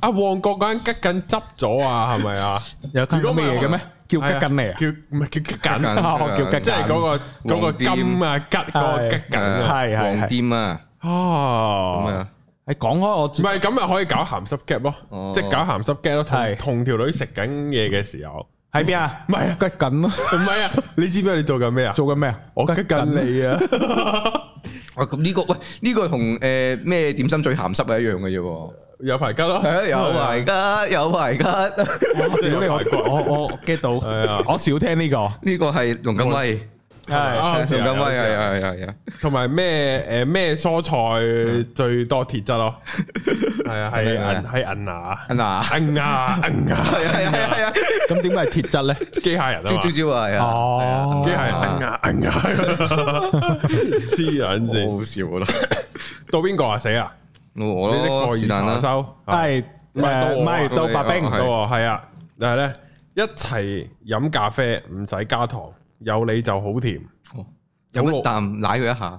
[SPEAKER 1] 阿旺角嗰間吉緊執咗啊，係咪啊？
[SPEAKER 3] 有咁嘅嘢嘅咩？叫
[SPEAKER 1] à?
[SPEAKER 3] 吉緊你啊？
[SPEAKER 1] 叫唔係叫吉
[SPEAKER 2] 吉
[SPEAKER 1] 緊，
[SPEAKER 2] 緊
[SPEAKER 3] [laughs] 哦叫吉緊
[SPEAKER 1] 即係嗰個嗰個金啊吉嗰個吉緊啊。
[SPEAKER 3] 係係係
[SPEAKER 2] 黃店啊，咁
[SPEAKER 1] 哦，
[SPEAKER 2] 啊，
[SPEAKER 3] 你講開我
[SPEAKER 1] 唔係咁啊，可以搞鹹濕 gap 咯
[SPEAKER 2] 哦，
[SPEAKER 1] 即係搞鹹濕 gap 咯，同
[SPEAKER 3] 係
[SPEAKER 1] 同條女食緊嘢嘅時候，
[SPEAKER 3] 喺邊啊？
[SPEAKER 1] 唔係啊
[SPEAKER 3] 吉緊咯，
[SPEAKER 1] 唔係啊，你知唔知你做緊咩啊？
[SPEAKER 3] 做緊咩啊？
[SPEAKER 1] 我吉緊你啊！
[SPEAKER 2] 哇啊咁呢個喂呢個同誒咩點心最鹹濕係一樣嘅啫喎。 [laughs]
[SPEAKER 1] 有排吉咯，
[SPEAKER 2] 係啊，有排吉，有排吉。 [laughs]
[SPEAKER 1] 即係
[SPEAKER 3] 屌你
[SPEAKER 1] 有
[SPEAKER 3] 我
[SPEAKER 1] 排骨
[SPEAKER 3] 我我 get 到
[SPEAKER 1] 係啊，
[SPEAKER 3] 我少聽呢個
[SPEAKER 2] 呢個係龍錦威， [laughs]
[SPEAKER 3] 係
[SPEAKER 1] 啊好
[SPEAKER 2] 龍
[SPEAKER 1] 似係
[SPEAKER 2] 錦
[SPEAKER 1] 好
[SPEAKER 2] 威
[SPEAKER 1] 似
[SPEAKER 2] 係
[SPEAKER 1] 係
[SPEAKER 2] 係啊係係。
[SPEAKER 1] 同埋咩诶咩蔬菜最多鐵質咯，係啊係
[SPEAKER 2] 明啊
[SPEAKER 1] 銀係銀牙
[SPEAKER 2] 嗱，
[SPEAKER 1] 銀牙銀牙
[SPEAKER 2] 係啊係啊係啊，
[SPEAKER 3] 咁點解係鐵質咧？
[SPEAKER 1] 機械人啊
[SPEAKER 2] 招
[SPEAKER 1] 嘛
[SPEAKER 2] 招，招啊，係啊，
[SPEAKER 3] 哦
[SPEAKER 1] 機械人銀牙銀牙，黐
[SPEAKER 2] [laughs]
[SPEAKER 1] 撚線，
[SPEAKER 2] 好笑啦，
[SPEAKER 1] 到邊個啊死啊？
[SPEAKER 2] 我
[SPEAKER 1] 呢啲
[SPEAKER 2] 咯，
[SPEAKER 1] 蓋
[SPEAKER 2] 哦是
[SPEAKER 1] 爾查
[SPEAKER 2] 但啦，
[SPEAKER 1] 啊收係
[SPEAKER 3] 係
[SPEAKER 1] 唔係到我
[SPEAKER 3] 誒唔係
[SPEAKER 2] 到
[SPEAKER 3] 到
[SPEAKER 2] 你
[SPEAKER 3] 白
[SPEAKER 2] 哦
[SPEAKER 3] 冰
[SPEAKER 1] 到
[SPEAKER 2] 係
[SPEAKER 1] 喎係啊，但係咧一齊飲咖啡唔使加糖，有你就好甜，
[SPEAKER 2] [laughs] 有一啖奶佢一下，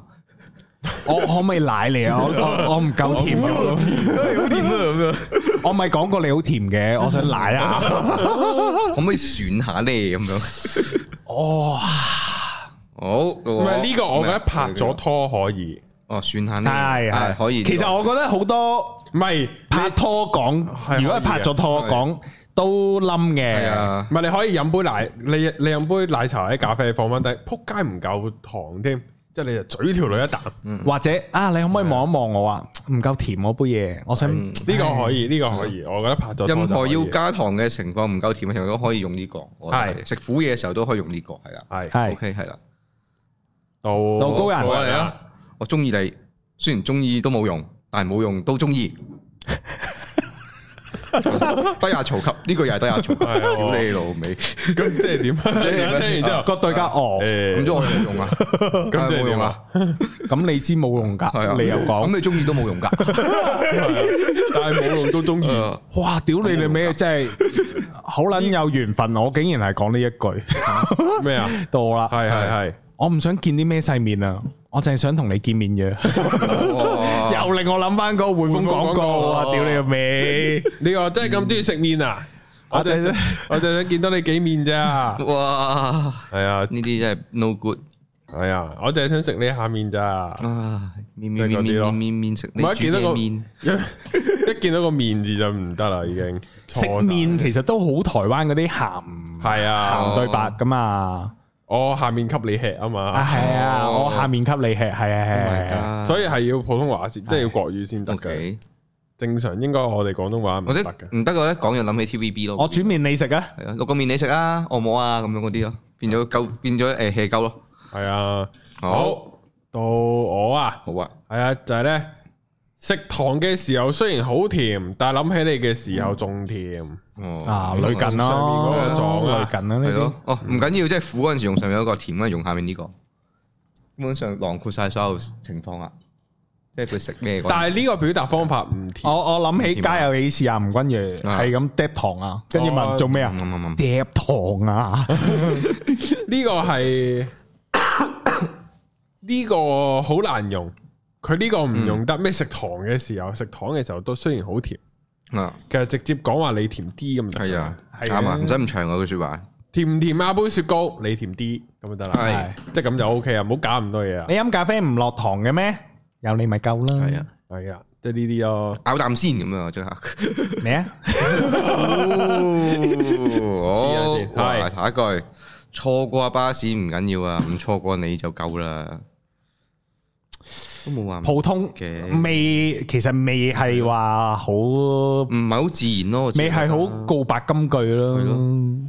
[SPEAKER 3] 我可唔可以奶你啊？我我我唔夠甜啊！
[SPEAKER 2] 好甜啊咁 [laughs] 樣，
[SPEAKER 3] 我咪講過你好甜嘅，我想奶啊！
[SPEAKER 2] 可唔可以選下咧咁樣？ [laughs]
[SPEAKER 3] 哦，
[SPEAKER 2] 好，
[SPEAKER 1] 唔
[SPEAKER 2] 唔
[SPEAKER 1] 係呢個，我覺得拍咗拖可以，
[SPEAKER 2] 啊哦，選下呢
[SPEAKER 3] 係係
[SPEAKER 2] 係可以。
[SPEAKER 3] 其實我覺得好多
[SPEAKER 1] 唔係
[SPEAKER 3] 拍拖講，
[SPEAKER 1] 係
[SPEAKER 3] 如果係拍咗拖
[SPEAKER 2] 可以嘅
[SPEAKER 3] 講都冧
[SPEAKER 2] 係
[SPEAKER 3] 嘅，
[SPEAKER 2] 啊
[SPEAKER 1] 唔，係你可以飲杯奶，你你飲杯奶茶喺咖啡放翻低，撲街唔夠糖添，即係你就嘴條女一啖，
[SPEAKER 2] 嗯
[SPEAKER 1] 呢
[SPEAKER 3] 或者啊，你可唔可以望一望我啊？唔夠甜嗰杯嘢，我想
[SPEAKER 1] 個可以，呢個可以，我覺得拍咗拖就可以
[SPEAKER 2] 嗯任何要加糖嘅情況唔夠甜嘅時候都可以用呢個。我覺得
[SPEAKER 1] 係
[SPEAKER 2] 食苦嘢嘅時候都可以用呢個，係啦。
[SPEAKER 1] 係
[SPEAKER 3] 係
[SPEAKER 2] OK，係啦。
[SPEAKER 1] 到
[SPEAKER 3] 到高人
[SPEAKER 2] 我
[SPEAKER 1] 高
[SPEAKER 2] 嚟
[SPEAKER 1] 人
[SPEAKER 2] 啊！我中意你，雖然中意都冇用，但係冇用都
[SPEAKER 1] [laughs]
[SPEAKER 2] 中意。低下曹級，呢句又係低下曹級，
[SPEAKER 1] 係啊喎
[SPEAKER 2] 屌你老味！
[SPEAKER 1] 咁即係點啊？ [laughs]
[SPEAKER 2] 係
[SPEAKER 1] 聽
[SPEAKER 2] 點啊
[SPEAKER 1] 完之後，
[SPEAKER 3] 個對家哦，
[SPEAKER 2] 咁
[SPEAKER 1] 誒，
[SPEAKER 2] 即係我有冇用啊？
[SPEAKER 1] [laughs] 咁即係點啊？
[SPEAKER 3] 咁你知冇用
[SPEAKER 2] 係啊
[SPEAKER 3] 㗎，，你又
[SPEAKER 2] 咁
[SPEAKER 3] 講，
[SPEAKER 2] 你中意都冇用
[SPEAKER 1] [laughs]
[SPEAKER 2] 㗎。
[SPEAKER 1] 啊但係冇用都中意， [laughs]
[SPEAKER 2] 誒
[SPEAKER 3] 哇！屌你你咩真係
[SPEAKER 2] [laughs]
[SPEAKER 3] 好撚有緣分，我竟然係講呢一句
[SPEAKER 1] 咩啊？
[SPEAKER 3] 到我啦，
[SPEAKER 1] 係係係，
[SPEAKER 3] 我唔想見啲咩世面啊，我淨係想同你見面嘅。
[SPEAKER 2] [laughs] 哦
[SPEAKER 3] 又令我諗翻個匯豐
[SPEAKER 2] 匯豐
[SPEAKER 3] 廣告啊！
[SPEAKER 2] 廣告
[SPEAKER 3] 屌你個
[SPEAKER 2] [laughs]
[SPEAKER 3] 味，
[SPEAKER 1] 你話真係咁中意食面啊？
[SPEAKER 3] 我
[SPEAKER 1] 我就
[SPEAKER 3] 哋
[SPEAKER 1] 想 [laughs] 我就想見到你幾面咋？
[SPEAKER 2] 哇！
[SPEAKER 1] 係啊
[SPEAKER 2] 呢啲真係 no good
[SPEAKER 1] 係啊，我就係想食你下面咋。
[SPEAKER 2] 啊！面面面
[SPEAKER 1] 即係嗰啲咯
[SPEAKER 2] 面面面食
[SPEAKER 1] 唔
[SPEAKER 2] 你煮
[SPEAKER 1] 係見到個
[SPEAKER 2] 嘅面，
[SPEAKER 1] [laughs] 一一見到個面字就唔得啦，已經
[SPEAKER 3] 食
[SPEAKER 1] 錯晒
[SPEAKER 3] 面其實都好台灣嗰啲鹹
[SPEAKER 2] 哦
[SPEAKER 1] 係啊，
[SPEAKER 3] 鹹對白噶嘛，
[SPEAKER 1] 我下面給你吃啊
[SPEAKER 3] 啊
[SPEAKER 1] 嘛，
[SPEAKER 3] 係啊，
[SPEAKER 2] 哦 Oh
[SPEAKER 3] 我下面給你吃，係啊係啊，
[SPEAKER 1] 所
[SPEAKER 2] 以
[SPEAKER 1] 以係要普通話先，即係要國語先得
[SPEAKER 2] O
[SPEAKER 1] 嘅。
[SPEAKER 2] K，
[SPEAKER 1] 正常應該我哋廣東話唔
[SPEAKER 2] 或
[SPEAKER 1] 得
[SPEAKER 2] 者
[SPEAKER 1] 嘅。
[SPEAKER 2] 唔得嘅咧，講就諗起 T V B 咯。
[SPEAKER 3] 我煮面你食啊，
[SPEAKER 2] 係啊，六個面你食啊，我冇啊，咁樣嗰啲咯，變咗夠，變咗誒 hea 夠咯。
[SPEAKER 1] 係啊，
[SPEAKER 2] 好
[SPEAKER 1] 好到我啊，
[SPEAKER 2] 好啊，
[SPEAKER 1] 係啊，就係咧食糖嘅時候雖然好甜，但係諗起你嘅時候仲甜。
[SPEAKER 2] 哦
[SPEAKER 3] 啊類近
[SPEAKER 1] 上面
[SPEAKER 3] 咯，
[SPEAKER 1] 嗰個撞啊
[SPEAKER 3] 類近啦
[SPEAKER 2] 係
[SPEAKER 3] 呢啲
[SPEAKER 2] 咯，哦唔緊要，即係苦嗰陣時用上面嗰個，甜嗰啊陣用下面呢個，基本上囊括晒所有情況啊，即係佢食咩嗰陣
[SPEAKER 1] 但係呢個表達方法唔
[SPEAKER 2] 哦
[SPEAKER 1] 甜，
[SPEAKER 3] 我我諗起家有喜事啊，吳君如
[SPEAKER 2] 啊
[SPEAKER 3] 係咁嗒糖啊，跟住
[SPEAKER 1] 哦
[SPEAKER 3] 問做咩啊
[SPEAKER 2] 嗯？嗯嗯嗯 [laughs]
[SPEAKER 3] 嗒糖啊，
[SPEAKER 1] 呢個係 [coughs] 呢個好難用。佢呢個唔用得咩？食糖嘅時候，食糖嘅時候都雖然好甜，
[SPEAKER 2] 啊，
[SPEAKER 1] 其實直接講話你甜啲咁就得
[SPEAKER 2] 係啊，
[SPEAKER 1] 係
[SPEAKER 2] 啱啊，唔使咁長嗰句說話，
[SPEAKER 1] 甜唔甜啊？杯雪糕你甜啲咁就得啦，
[SPEAKER 2] 係
[SPEAKER 1] 即係咁就 O K 啊，唔好搞咁多嘢啊
[SPEAKER 3] 你。飲咖啡唔落糖嘅咩？有你咪夠啦，
[SPEAKER 2] 係啊，
[SPEAKER 1] 係啊，即係呢啲咯。
[SPEAKER 2] 咬啖先咁樣啊，即刻。
[SPEAKER 3] 你
[SPEAKER 2] [laughs]
[SPEAKER 3] 啊，[laughs]
[SPEAKER 2] 哦，
[SPEAKER 3] 啊
[SPEAKER 1] 黐線
[SPEAKER 2] 好，哇
[SPEAKER 1] 係
[SPEAKER 2] 下一句，錯過巴士唔緊要啊，唔錯過你就夠啦，都冇話唔
[SPEAKER 3] 普通
[SPEAKER 2] 嘅
[SPEAKER 3] 未，其實未係話好
[SPEAKER 2] 唔係好自然咯，我自己
[SPEAKER 3] 未係
[SPEAKER 2] 覺得
[SPEAKER 3] 好告白金句
[SPEAKER 2] 係
[SPEAKER 3] 咯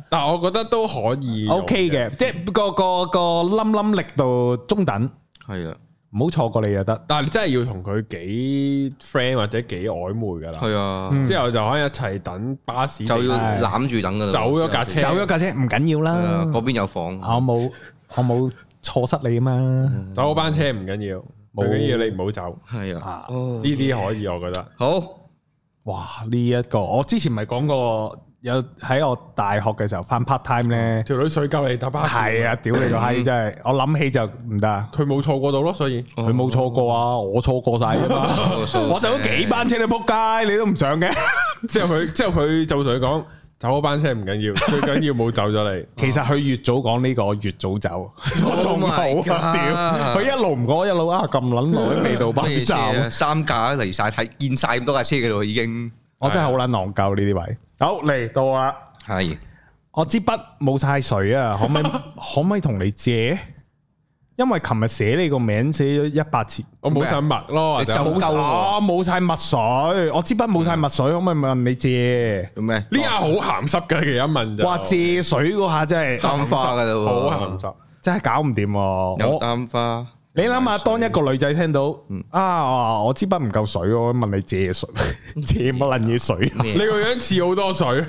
[SPEAKER 1] 但係我覺得都可以用
[SPEAKER 3] ，OK 嘅，即係個個個冧冧力度中等，
[SPEAKER 2] 係啊，
[SPEAKER 3] 唔好錯過你就得。
[SPEAKER 1] 但係你真係要同佢幾 friend 或者幾曖昧噶啦，
[SPEAKER 2] 係啊，
[SPEAKER 1] 之後就可以一齊等巴士
[SPEAKER 2] 就要
[SPEAKER 1] 嚟
[SPEAKER 3] 嗯係
[SPEAKER 2] 攬住等噶啦，
[SPEAKER 1] 走咗架車
[SPEAKER 3] 走咗架車唔緊要
[SPEAKER 2] 係
[SPEAKER 3] 啦
[SPEAKER 2] 啊，，嗰邊有房，
[SPEAKER 3] 我冇我冇錯失你啊嘛，
[SPEAKER 1] 走嗰班車唔緊要，
[SPEAKER 3] 冇
[SPEAKER 1] 最緊要你唔好走。
[SPEAKER 2] 係啊
[SPEAKER 3] 啊，
[SPEAKER 2] 哦
[SPEAKER 1] 呢啲可以，我覺得。
[SPEAKER 2] 好，
[SPEAKER 3] 哇呢一個我之前咪講過，有喺我大學嘅時候翻 part time 咧，
[SPEAKER 1] 條女水夠你搭巴士，
[SPEAKER 3] 係啊，屌你個閪真係，我諗起就唔得啊，
[SPEAKER 1] 佢冇錯過到咯，所以
[SPEAKER 3] 佢冇錯過啊，我錯過晒啊
[SPEAKER 2] [laughs]
[SPEAKER 3] 嘛，
[SPEAKER 2] 哦，蘇
[SPEAKER 3] [laughs] 我走咗幾班車你仆街，你都
[SPEAKER 2] [laughs]
[SPEAKER 3] 唔上嘅。
[SPEAKER 1] 之後
[SPEAKER 3] [laughs]
[SPEAKER 1] 佢之後佢就同佢講走嗰班車唔緊要，最緊要冇走
[SPEAKER 3] [laughs]
[SPEAKER 1] 咗你。
[SPEAKER 3] 其實佢越早講呢個越
[SPEAKER 2] [laughs]
[SPEAKER 3] 早走，我
[SPEAKER 2] Oh my
[SPEAKER 3] 仲好啊！屌，
[SPEAKER 2] God
[SPEAKER 3] 佢一路唔講，一路啊咁撚耐都未到巴士
[SPEAKER 2] 咩車啊
[SPEAKER 3] 站，
[SPEAKER 2] 三架嚟晒睇見晒咁多架車嘅咯，已經
[SPEAKER 3] 我真係好撚狼鳩呢啲位。好嚟到我啦，
[SPEAKER 2] 係
[SPEAKER 3] 我支筆冇晒水啊，可唔可以可唔可以同你借？因為琴日寫你個名寫咗一百次，
[SPEAKER 1] 我冇晒墨咯，
[SPEAKER 2] 你
[SPEAKER 1] 就
[SPEAKER 2] 走
[SPEAKER 1] 呢
[SPEAKER 2] 夠喎
[SPEAKER 3] 啊冇晒墨水，我支筆冇晒墨水，可唔可以問你借？
[SPEAKER 2] 做咩？
[SPEAKER 1] 下好鹹濕嘅，其實一問就
[SPEAKER 3] 哇！借水嗰下真係
[SPEAKER 2] 擔花噶啦喎，
[SPEAKER 1] 好鹹濕，
[SPEAKER 3] 真係搞唔掂喎，
[SPEAKER 2] 有
[SPEAKER 3] 我
[SPEAKER 2] 擔
[SPEAKER 3] [laughs]
[SPEAKER 2] 花。啊
[SPEAKER 3] 你諗下，當一個女仔聽到啊，我支筆唔夠水，我問你借水，借乜撚嘢水？
[SPEAKER 1] 你個樣似好多水， [laughs]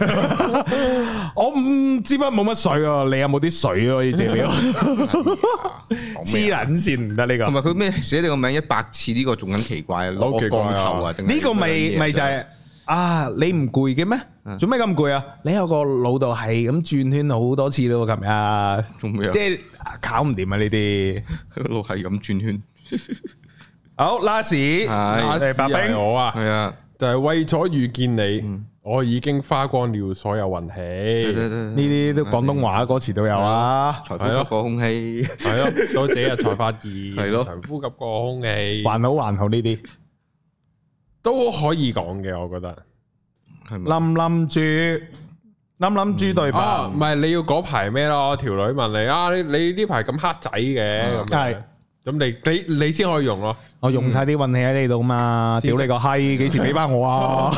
[SPEAKER 3] 我唔支筆冇乜水啊，你有冇啲水可以借俾我？黐撚線唔得呢
[SPEAKER 2] 啊同埋
[SPEAKER 3] 個，
[SPEAKER 2] 佢咩寫你個名一百次呢個仲緊奇怪啊，落
[SPEAKER 1] 好奇
[SPEAKER 2] 個
[SPEAKER 1] 怪啊
[SPEAKER 2] 降頭啊，定係
[SPEAKER 3] 呢個
[SPEAKER 2] 乜
[SPEAKER 3] 咪
[SPEAKER 2] 嘢
[SPEAKER 3] 咪就係啊，你唔攰嘅咩？做咩咁攰啊？你有個腦度係咁轉圈好多次咯，琴日
[SPEAKER 2] 做咩啊
[SPEAKER 3] 即？係搞唔掂啊呢啲。
[SPEAKER 2] 佢一路係咁轉圈，
[SPEAKER 3] 好，last，
[SPEAKER 2] 係
[SPEAKER 1] 係
[SPEAKER 3] 白
[SPEAKER 1] 係
[SPEAKER 3] 冰，
[SPEAKER 1] 我啊，
[SPEAKER 2] 系啊，
[SPEAKER 1] 就係為咗遇見你，我已經花光了所有運氣，
[SPEAKER 3] 呢
[SPEAKER 2] 呢
[SPEAKER 3] 啲都廣東話歌詞都有啊。
[SPEAKER 2] 財富吸過空氣，
[SPEAKER 1] 係 [laughs] 咯，所以這日才發現，係
[SPEAKER 2] 咯
[SPEAKER 1] 呼吸過空氣
[SPEAKER 3] 還好還好呢啲，
[SPEAKER 1] 都可以講嘅，我覺得。
[SPEAKER 2] 係咪？
[SPEAKER 3] 冧冧豬，冧冧豬對白
[SPEAKER 1] 啊，，唔係你要嗰排咩咯？條女問你啊，你你呢排咁黑仔嘅，咁樣
[SPEAKER 3] 係
[SPEAKER 1] 咁你你你先可以用咯， [laughs]
[SPEAKER 3] 我用晒啲運氣喺你度嘛，屌你個閪，幾時俾翻 [laughs] 我啊？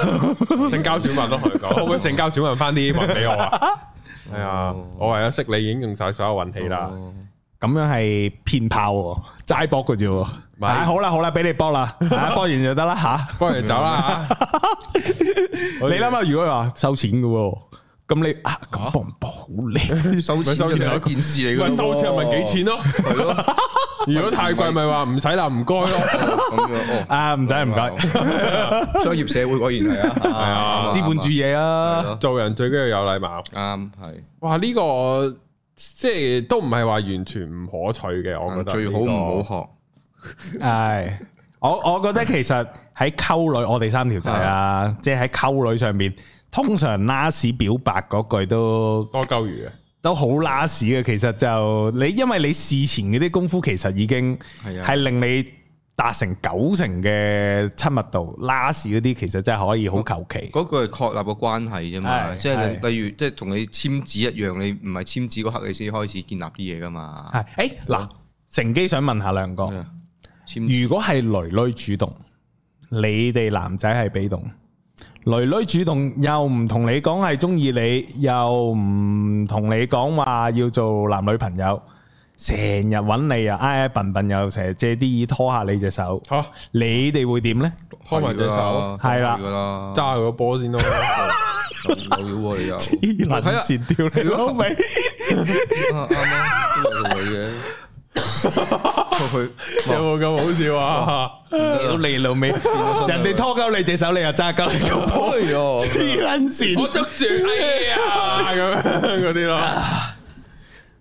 [SPEAKER 1] 性交轉運都可以講，可唔可以性交轉運翻啲運俾 [laughs] 我啊？係啊，我為咗識你已經用晒所有運氣啦。
[SPEAKER 2] 哦
[SPEAKER 3] 咁樣係騙炮喎，齋搏嘅啫喎。
[SPEAKER 1] 咪
[SPEAKER 3] 唉好啦好啦，俾你 [laughs] 搏啦，啊搏完就得啦吓。
[SPEAKER 1] 不如走 [laughs] 啦吓，
[SPEAKER 3] 你諗下，如果佢話收錢嘅喎，咁你啊咁搏唔搏好靚？
[SPEAKER 2] 收錢就係一件事嚟
[SPEAKER 1] 咪
[SPEAKER 2] 噶
[SPEAKER 1] 收錢咪幾錢咯？
[SPEAKER 2] 係咯，
[SPEAKER 1] 如果太貴咪話唔使啦，唔該咯。
[SPEAKER 2] 咁樣哦，
[SPEAKER 3] [laughs]
[SPEAKER 2] 啊
[SPEAKER 3] 啊唔使唔該，
[SPEAKER 2] 商業社會果然係啊，係
[SPEAKER 1] 啊
[SPEAKER 3] 資本主義啊
[SPEAKER 2] 係。咯
[SPEAKER 1] 做人最緊要有禮貌。
[SPEAKER 2] 啱係，
[SPEAKER 1] 哇，呢個即係都唔係話完全唔可取嘅，我
[SPEAKER 3] 啊
[SPEAKER 1] 覺得
[SPEAKER 2] 最好唔好學。
[SPEAKER 3] 系，我我觉得其實喺溝女，我哋三條仔啦，即係喺溝女上面，通常拉屎表白嗰句都
[SPEAKER 1] 多鳩魚嘅。
[SPEAKER 3] 都好拉屎嘅。其實就你因為你事前嗰啲功夫，其實已經
[SPEAKER 2] 係啊
[SPEAKER 3] 係令你達成九成嘅親密度，拉屎嗰啲其實真係可以好求其。
[SPEAKER 2] 嗰個係確立個關係啫嘛，
[SPEAKER 3] 係
[SPEAKER 2] 即係
[SPEAKER 3] 係
[SPEAKER 2] 例例如即係同你簽字一樣，你唔係簽字嗰刻你先開始建立啲嘢噶嘛。
[SPEAKER 3] 係，诶嗱，乘機想問下兩個，
[SPEAKER 2] 係啊簽字
[SPEAKER 3] 如果係女女主動，你哋男仔係被動。女女主動又唔同你講係中意你，又唔同你講話要做男女朋友，成日揾你又挨挨笨笨，又成日借啲意拖下你隻手， [laughs]
[SPEAKER 1] 吓，
[SPEAKER 3] 你哋會點呢？
[SPEAKER 1] 開埋隻手，
[SPEAKER 3] 係啦
[SPEAKER 2] 㗎啦，
[SPEAKER 1] 揸佢個波
[SPEAKER 3] [laughs]
[SPEAKER 1] 先咯。
[SPEAKER 2] 有料喎你又
[SPEAKER 3] 黐撚
[SPEAKER 2] 係啊
[SPEAKER 3] 線屌你老味！
[SPEAKER 2] 啊啱啊，都有道理嘅。佢
[SPEAKER 1] 有冇咁好笑
[SPEAKER 3] [laughs]
[SPEAKER 1] 啊？
[SPEAKER 3] 屌你老味！人哋拖鳩你隻手，你又揸鳩你個波，
[SPEAKER 2] 哎呦
[SPEAKER 3] 黐撚線！
[SPEAKER 1] 我捉住，哎呀，咁樣嗰啲咯。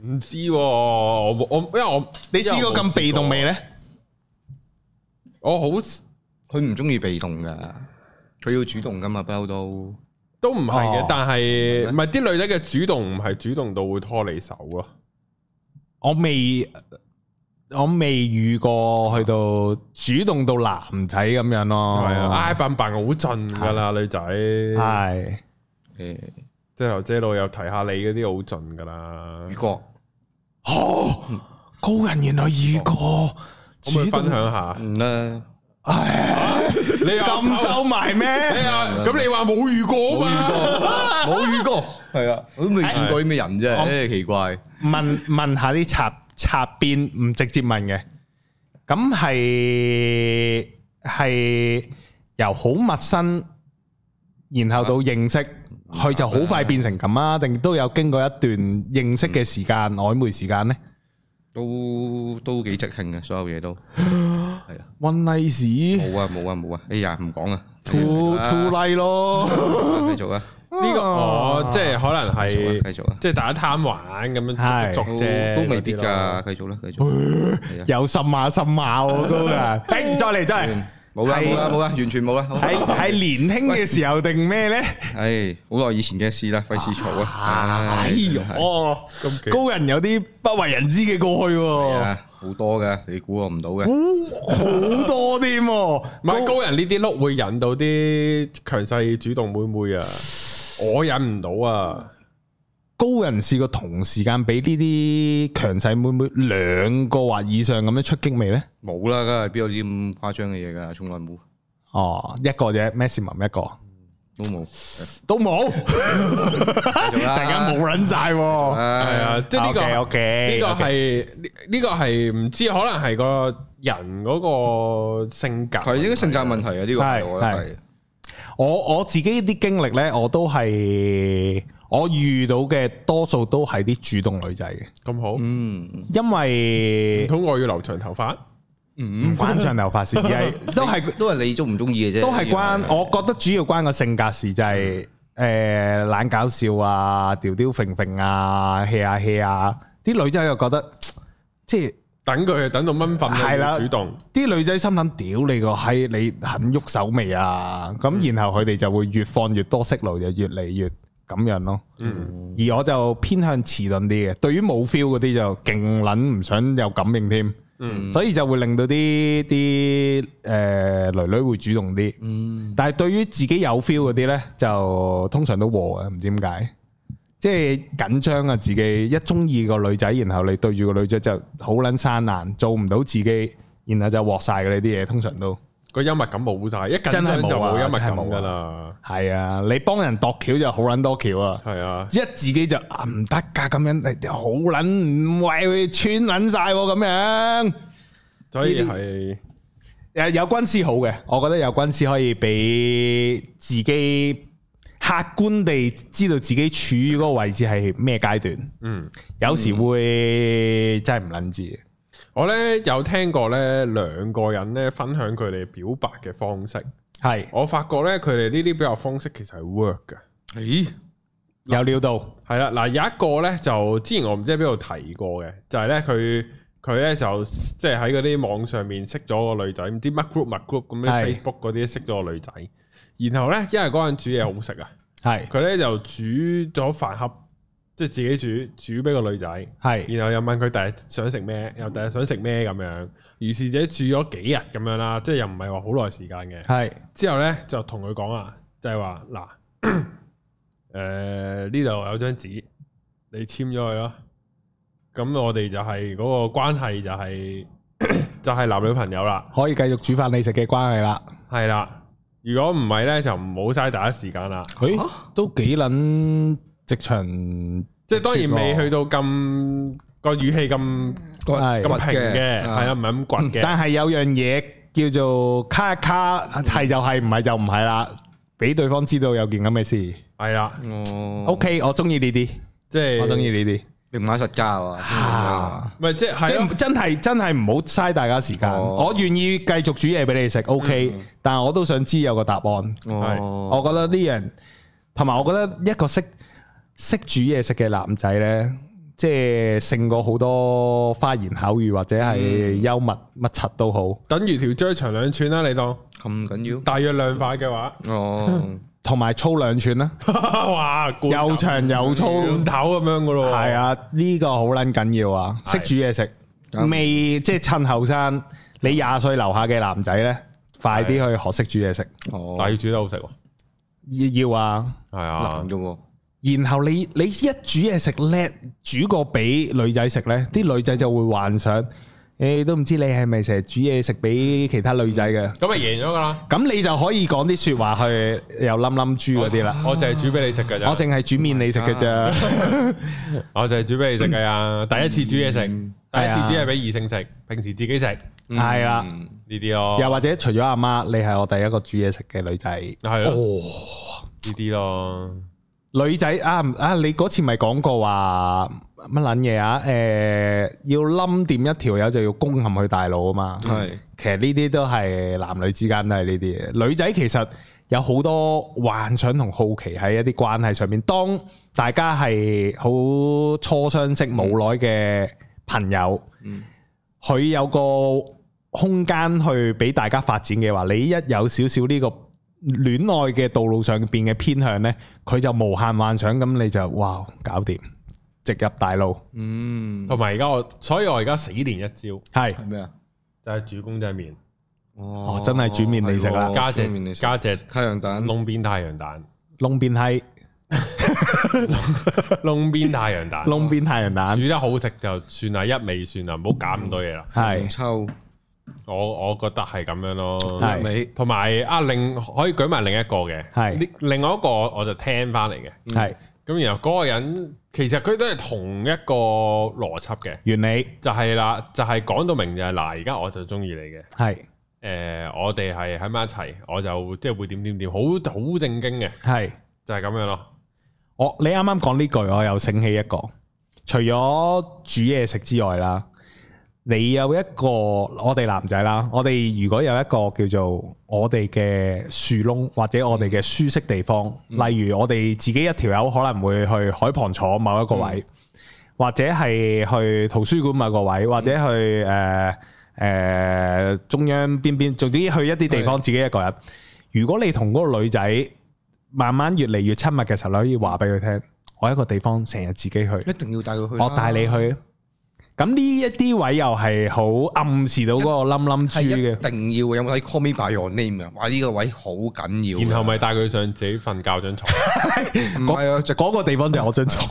[SPEAKER 1] 唔知喎我冇我因為我
[SPEAKER 3] 你試過咁被動未？呢？
[SPEAKER 1] 我好
[SPEAKER 2] 佢唔中意被動噶，佢要主動噶嘛，不嬲都
[SPEAKER 1] 都唔係嘅
[SPEAKER 3] 哦，
[SPEAKER 1] 但係唔係啲女仔嘅主動唔係主動到會拖你手咯。
[SPEAKER 3] 我未我未遇過去到主動到男仔咁樣咯，
[SPEAKER 1] 係啊，挨笨笨好盡㗎啦，女仔。
[SPEAKER 3] 係
[SPEAKER 2] 誒
[SPEAKER 1] 即係頭姐佬又提下你嗰啲好盡㗎啦
[SPEAKER 2] 主。角
[SPEAKER 3] 哦，高人原來遇過
[SPEAKER 1] 可唔可以
[SPEAKER 3] 主動
[SPEAKER 1] 分享哎下？
[SPEAKER 2] 唔嗯啦，
[SPEAKER 1] 你又
[SPEAKER 3] 咁
[SPEAKER 1] 偷
[SPEAKER 3] 收埋
[SPEAKER 1] 你
[SPEAKER 3] 咩？
[SPEAKER 1] 又咁你話冇遇過啊嘛？
[SPEAKER 2] 冇遇過，係啊，我都未見過啲咩人啫，誒奇怪，
[SPEAKER 3] 問問下啲插插邊，唔直接問嘅，咁係係由好陌生，然後到認識，佢就好快變成咁啊？定都有經過一段認識嘅時間、曖昧時間呢？
[SPEAKER 2] 都都幾即興嘅，所有嘢
[SPEAKER 3] [gasps]
[SPEAKER 2] 都係啊。
[SPEAKER 3] One night 屎
[SPEAKER 2] 冇啊冇啊冇啊！哎呀，唔講啊，
[SPEAKER 3] ，two two
[SPEAKER 2] [laughs]
[SPEAKER 3] night 咯，
[SPEAKER 2] 啊繼續啊，
[SPEAKER 1] 呢個哦，即係可能係
[SPEAKER 2] 繼續啊
[SPEAKER 1] 即係大家貪玩咁樣
[SPEAKER 3] 係
[SPEAKER 1] 捉
[SPEAKER 2] 都
[SPEAKER 1] 啫，
[SPEAKER 2] 都未必
[SPEAKER 1] 嗰
[SPEAKER 2] 㗎，繼續啦，繼續。係啊
[SPEAKER 3] 有十碼十碼我都噶， [laughs] 誒哎再嚟再嚟，
[SPEAKER 2] 冇啦
[SPEAKER 3] 係
[SPEAKER 2] 冇啦冇啦，完全冇啦。好
[SPEAKER 3] 係係年輕嘅時候定咩呢？
[SPEAKER 2] 唉，好耐以前嘅事啦，費事嘈啊。
[SPEAKER 3] 哎呦，
[SPEAKER 1] 啲咯。咁奇
[SPEAKER 3] 高人有啲不為人知嘅過去
[SPEAKER 2] 係
[SPEAKER 3] 喎，
[SPEAKER 2] 啊，好多㗎，你估我唔到嘅。
[SPEAKER 3] 好多添喎，
[SPEAKER 1] 唔係高人呢啲碌會引到啲強勢主動妹妹啊，我引唔到啊，
[SPEAKER 3] 高人試過同時間俾呢啲強勢妹妹兩個或以上咁樣出擊未呢？
[SPEAKER 2] 冇啦，梗係邊有啲咁誇張嘅嘢㗎，從來冇，
[SPEAKER 3] [laughs] 哦，一個啫，maximum 一個
[SPEAKER 2] 都冇。繼
[SPEAKER 3] 都冇，
[SPEAKER 2] 續啦，
[SPEAKER 3] [laughs] 突然間冇撚晒喎。
[SPEAKER 1] 係
[SPEAKER 2] 唉。
[SPEAKER 1] 啊，即係呢個
[SPEAKER 3] OK，OK，
[SPEAKER 1] 呢個
[SPEAKER 3] OK
[SPEAKER 1] 係呢呢個係唔知，可能係個人嗰個性格，
[SPEAKER 2] 係應該性格問題啊，呢個係
[SPEAKER 3] 係
[SPEAKER 2] 我覺得係。
[SPEAKER 3] 我我自己啲經歷呢，我都係我遇到嘅多數都係啲主動女仔嘅，
[SPEAKER 1] 咁好，唔
[SPEAKER 2] 嗯
[SPEAKER 3] 因為
[SPEAKER 1] 通我要留長頭髮，
[SPEAKER 3] 唔
[SPEAKER 2] 嗯，
[SPEAKER 3] 關長頭髮事，而係都係
[SPEAKER 2] 都係你中唔中意嘅啫。
[SPEAKER 3] 都係
[SPEAKER 2] 嗯
[SPEAKER 3] 關，我覺得主要關個性格事，就係誒懶搞笑啊、調調揈揈啊、hea 啊 hea 啊，啲女仔又覺得即係。
[SPEAKER 1] 等佢等到蚊瞓
[SPEAKER 3] 係啦
[SPEAKER 1] 主動，
[SPEAKER 3] 啲女仔心諗：屌你個閪，你肯喐手未啊？
[SPEAKER 1] 嗯
[SPEAKER 3] 咁然後佢哋就會越放越多色路，就越嚟越咁樣咯。
[SPEAKER 1] 嗯，
[SPEAKER 3] 而我就偏向遲鈍啲嘅，對於冇 feel 嗰啲就勁撚唔想有感應添，
[SPEAKER 1] 嗯
[SPEAKER 3] 所以就會令到啲啲誒女女會主動啲。
[SPEAKER 2] 嗯，
[SPEAKER 3] 但係對於自己有 feel 嗰啲呢，就通常都和嘅，唔知點解，即係緊張啊！自己一中意個女仔，然後你對住個女仔就好撚生硬，做唔到自己，然後就鑊晒嘅呢啲嘢，通常都
[SPEAKER 1] 個幽默感冇晒，一緊
[SPEAKER 3] 真係
[SPEAKER 1] 張
[SPEAKER 3] 冇啊
[SPEAKER 1] 就冇幽默
[SPEAKER 3] 真係
[SPEAKER 1] 感
[SPEAKER 3] 冇
[SPEAKER 1] 㗎
[SPEAKER 3] 啊
[SPEAKER 1] 啦，
[SPEAKER 3] 係啊！你幫人度橋就好撚多橋啊！
[SPEAKER 1] 係啊，
[SPEAKER 3] 一自己就啊唔得㗎，咁樣你好撚唔喂穿撚晒喎咁樣。
[SPEAKER 1] 所以
[SPEAKER 3] 呢啲
[SPEAKER 1] 係
[SPEAKER 3] 誒有軍師好嘅，我覺得有軍師可以俾自己客觀地知道自己處於嗰個位置係咩階段，
[SPEAKER 1] 嗯。
[SPEAKER 3] 有時會真係唔撚知嘅。
[SPEAKER 1] 我咧有聽過咧兩個人咧分享佢哋表白嘅方式，
[SPEAKER 3] 係
[SPEAKER 1] 我發覺咧佢哋呢啲表白方式其實係 work 嘅。
[SPEAKER 2] 咦，
[SPEAKER 3] 有料到，
[SPEAKER 1] 係啦，嗱有一個咧就之前我唔知喺邊度提過嘅，就係咧佢佢咧就即係喺嗰啲網上面識咗個女仔，唔知乜 group 乜 group 咁啲
[SPEAKER 3] 係
[SPEAKER 1] Facebook 嗰啲識咗個女仔，然後咧因為嗰陣煮嘢好食啊，
[SPEAKER 3] 係
[SPEAKER 1] 佢咧就煮咗飯盒，即係自己煮煮俾個女仔。
[SPEAKER 3] 係
[SPEAKER 1] 然後又問佢第日想食咩，又第日想食咩咁樣，如是者住咗幾日咁樣啦，即係又唔係話好耐時間嘅。
[SPEAKER 3] 係
[SPEAKER 1] 之後呢，就同佢講啊，就係話嗱， [clears throat] 誒呢度有張紙，你簽咗佢咯。咁我哋就係嗰個關係就係、 [clears throat] 就係男女朋友啦，
[SPEAKER 3] 可以繼續煮飯你食嘅關係啦。
[SPEAKER 1] 係啦。如果唔係呢，就唔好嘥大家時間啦。
[SPEAKER 3] 佢都幾撚直場，
[SPEAKER 1] 即係當然未去
[SPEAKER 3] 到，
[SPEAKER 1] 到咁個語氣咁咁
[SPEAKER 3] 係
[SPEAKER 1] 平嗯嘅，
[SPEAKER 2] 嘅
[SPEAKER 1] 係啊，唔係咁掘嘅。
[SPEAKER 3] 但係有樣嘢叫做卡一卡，係就係，唔係就唔係啦。俾對方知道有件咁嘅事
[SPEAKER 1] 係啦，
[SPEAKER 2] 哦
[SPEAKER 3] ，OK，我中意呢啲。
[SPEAKER 1] 即係
[SPEAKER 3] 我中意呢啲，
[SPEAKER 2] 明碼實價啊，
[SPEAKER 3] 啊
[SPEAKER 1] 唔係即係
[SPEAKER 3] 即
[SPEAKER 1] 係咯
[SPEAKER 3] 係真係真係唔好嘥大家時間。
[SPEAKER 2] 哦
[SPEAKER 3] 我願意繼續煮嘢俾你食，OK，但係我都想知有個答案。
[SPEAKER 2] 哦，
[SPEAKER 3] 我覺得呢樣，同埋我覺得一個識識煮嘢食嘅男仔呢，即係勝過好多花言巧語或者係幽默乜柒都好。
[SPEAKER 1] 等於條椎長兩寸啦，你當
[SPEAKER 2] 咁緊
[SPEAKER 1] 大約兩塊嘅話， [laughs]
[SPEAKER 2] 要，
[SPEAKER 3] [laughs]
[SPEAKER 2] 哦，
[SPEAKER 3] 同埋粗兩寸啦，
[SPEAKER 1] 哇，罐頭
[SPEAKER 3] 又長又粗，
[SPEAKER 1] 罐頭咁樣噶咯，
[SPEAKER 3] 係，啊，呢個好撚緊要啊！識煮嘢食，未即係趁後生，你廿歲樓下嘅男仔呢，快啲去學識煮嘢食。
[SPEAKER 1] 但係
[SPEAKER 2] 哦，
[SPEAKER 1] 要煮得好食喎，
[SPEAKER 3] 要要啊！
[SPEAKER 1] 係
[SPEAKER 2] 難
[SPEAKER 1] 啊，
[SPEAKER 2] 啫喎，
[SPEAKER 3] 然後你你一煮嘢食叻，煮個俾女仔食呢，啲女仔就會幻想，诶、都唔知你係咪成日煮嘢食俾其他女仔嘅，
[SPEAKER 1] 咁咪贏咗噶啦，
[SPEAKER 3] 咁你就可以講啲说話去又冧冧豬嗰啲啦。
[SPEAKER 1] 我就係煮俾你食㗎咋，
[SPEAKER 3] 我淨係煮面你食嘅咋，
[SPEAKER 1] 我就係煮俾你食㗎呀，第一次煮嘢食，第一次煮係俾異性食，平時自己食呢
[SPEAKER 3] 係啦。
[SPEAKER 1] 啲咯，
[SPEAKER 3] 又或者除咗阿媽，你係我第一個煮嘢食嘅女仔。
[SPEAKER 1] 係咯，呢啲咯，
[SPEAKER 3] 女仔啊唔啊！你嗰次咪講過話乜撚嘢啊？诶、要冧掂一條友就要攻陷佢大腦啊嘛。
[SPEAKER 2] 係
[SPEAKER 3] 其實呢啲都係男女之間都係呢啲嘢。女仔其實有好多幻想同好奇喺一啲關係上面。當大家係好初相識冇耐嘅朋友，佢、有個空間去俾大家發展嘅話，你一有少少呢個戀愛嘅道路上邊嘅偏向呢，佢就無限幻想，咁你就哇搞掂，直入大路，
[SPEAKER 2] 嗯，
[SPEAKER 1] 同埋而家我，所以我而家死練一招
[SPEAKER 3] 係
[SPEAKER 2] 係咩啊？
[SPEAKER 1] 就係煮公仔麵，
[SPEAKER 2] 哦
[SPEAKER 3] 真係煮麵你食啦
[SPEAKER 2] 係喎
[SPEAKER 1] 加
[SPEAKER 2] 煮麵
[SPEAKER 1] 隻
[SPEAKER 2] 你食
[SPEAKER 1] 加隻
[SPEAKER 2] 太陽蛋，
[SPEAKER 1] 窿邊太陽
[SPEAKER 3] [laughs]
[SPEAKER 1] 蛋，
[SPEAKER 3] 窿邊係
[SPEAKER 1] 窿邊太陽蛋。
[SPEAKER 3] 窿邊太陽蛋，
[SPEAKER 1] 煮得好食就算啦，一味算啦，唔好搞咁多嘢啦。
[SPEAKER 3] 係。
[SPEAKER 2] 抽
[SPEAKER 1] 我我覺得係咁樣咯。
[SPEAKER 3] 嗯係
[SPEAKER 2] 尾，
[SPEAKER 1] 同埋啊，另可以舉埋另一個嘅，
[SPEAKER 3] 係嗯
[SPEAKER 1] 呢另外一個我就聽翻嚟嘅。
[SPEAKER 3] 系
[SPEAKER 1] 咁然後嗰個人其實佢都係同一個邏輯嘅，
[SPEAKER 3] 原理
[SPEAKER 1] 就係啦，就係講到明就係嗱，而家我就中意你嘅。
[SPEAKER 3] 系
[SPEAKER 1] 誒，我哋係喺埋一齊，我就即係會點點點，好好正經嘅，
[SPEAKER 3] 系
[SPEAKER 1] 就係咁樣咯。
[SPEAKER 3] 我你啱啱講呢句，我又醒起一個，除咗煮嘢食之外啦，你有一個我哋男仔啦，我哋如果有一個叫做我哋嘅樹窿或者我哋嘅舒適地方，例如我哋自己一條友可能會去海旁坐某一個位，或者係去圖書館某個位，或者去诶诶中央邊邊，總之去一啲地方自己一個人。如果你同嗰個女仔慢慢越嚟越親密嘅時候，你可以話俾佢聽，我喺一個地方成日自己去。
[SPEAKER 2] 一定要帶佢去啦。
[SPEAKER 3] 我帶你去。咁呢一啲位又係好暗示到嗰個冧冧
[SPEAKER 2] 係
[SPEAKER 3] 豬嘅
[SPEAKER 2] 一，定要嘅有冇睇 Call Me by Your Name 啊？哇！呢個位好緊要。啊
[SPEAKER 1] 然後咪帶佢上自己瞓覺張床，
[SPEAKER 2] 唔係啊，就
[SPEAKER 3] 嗰個地方就係我張床。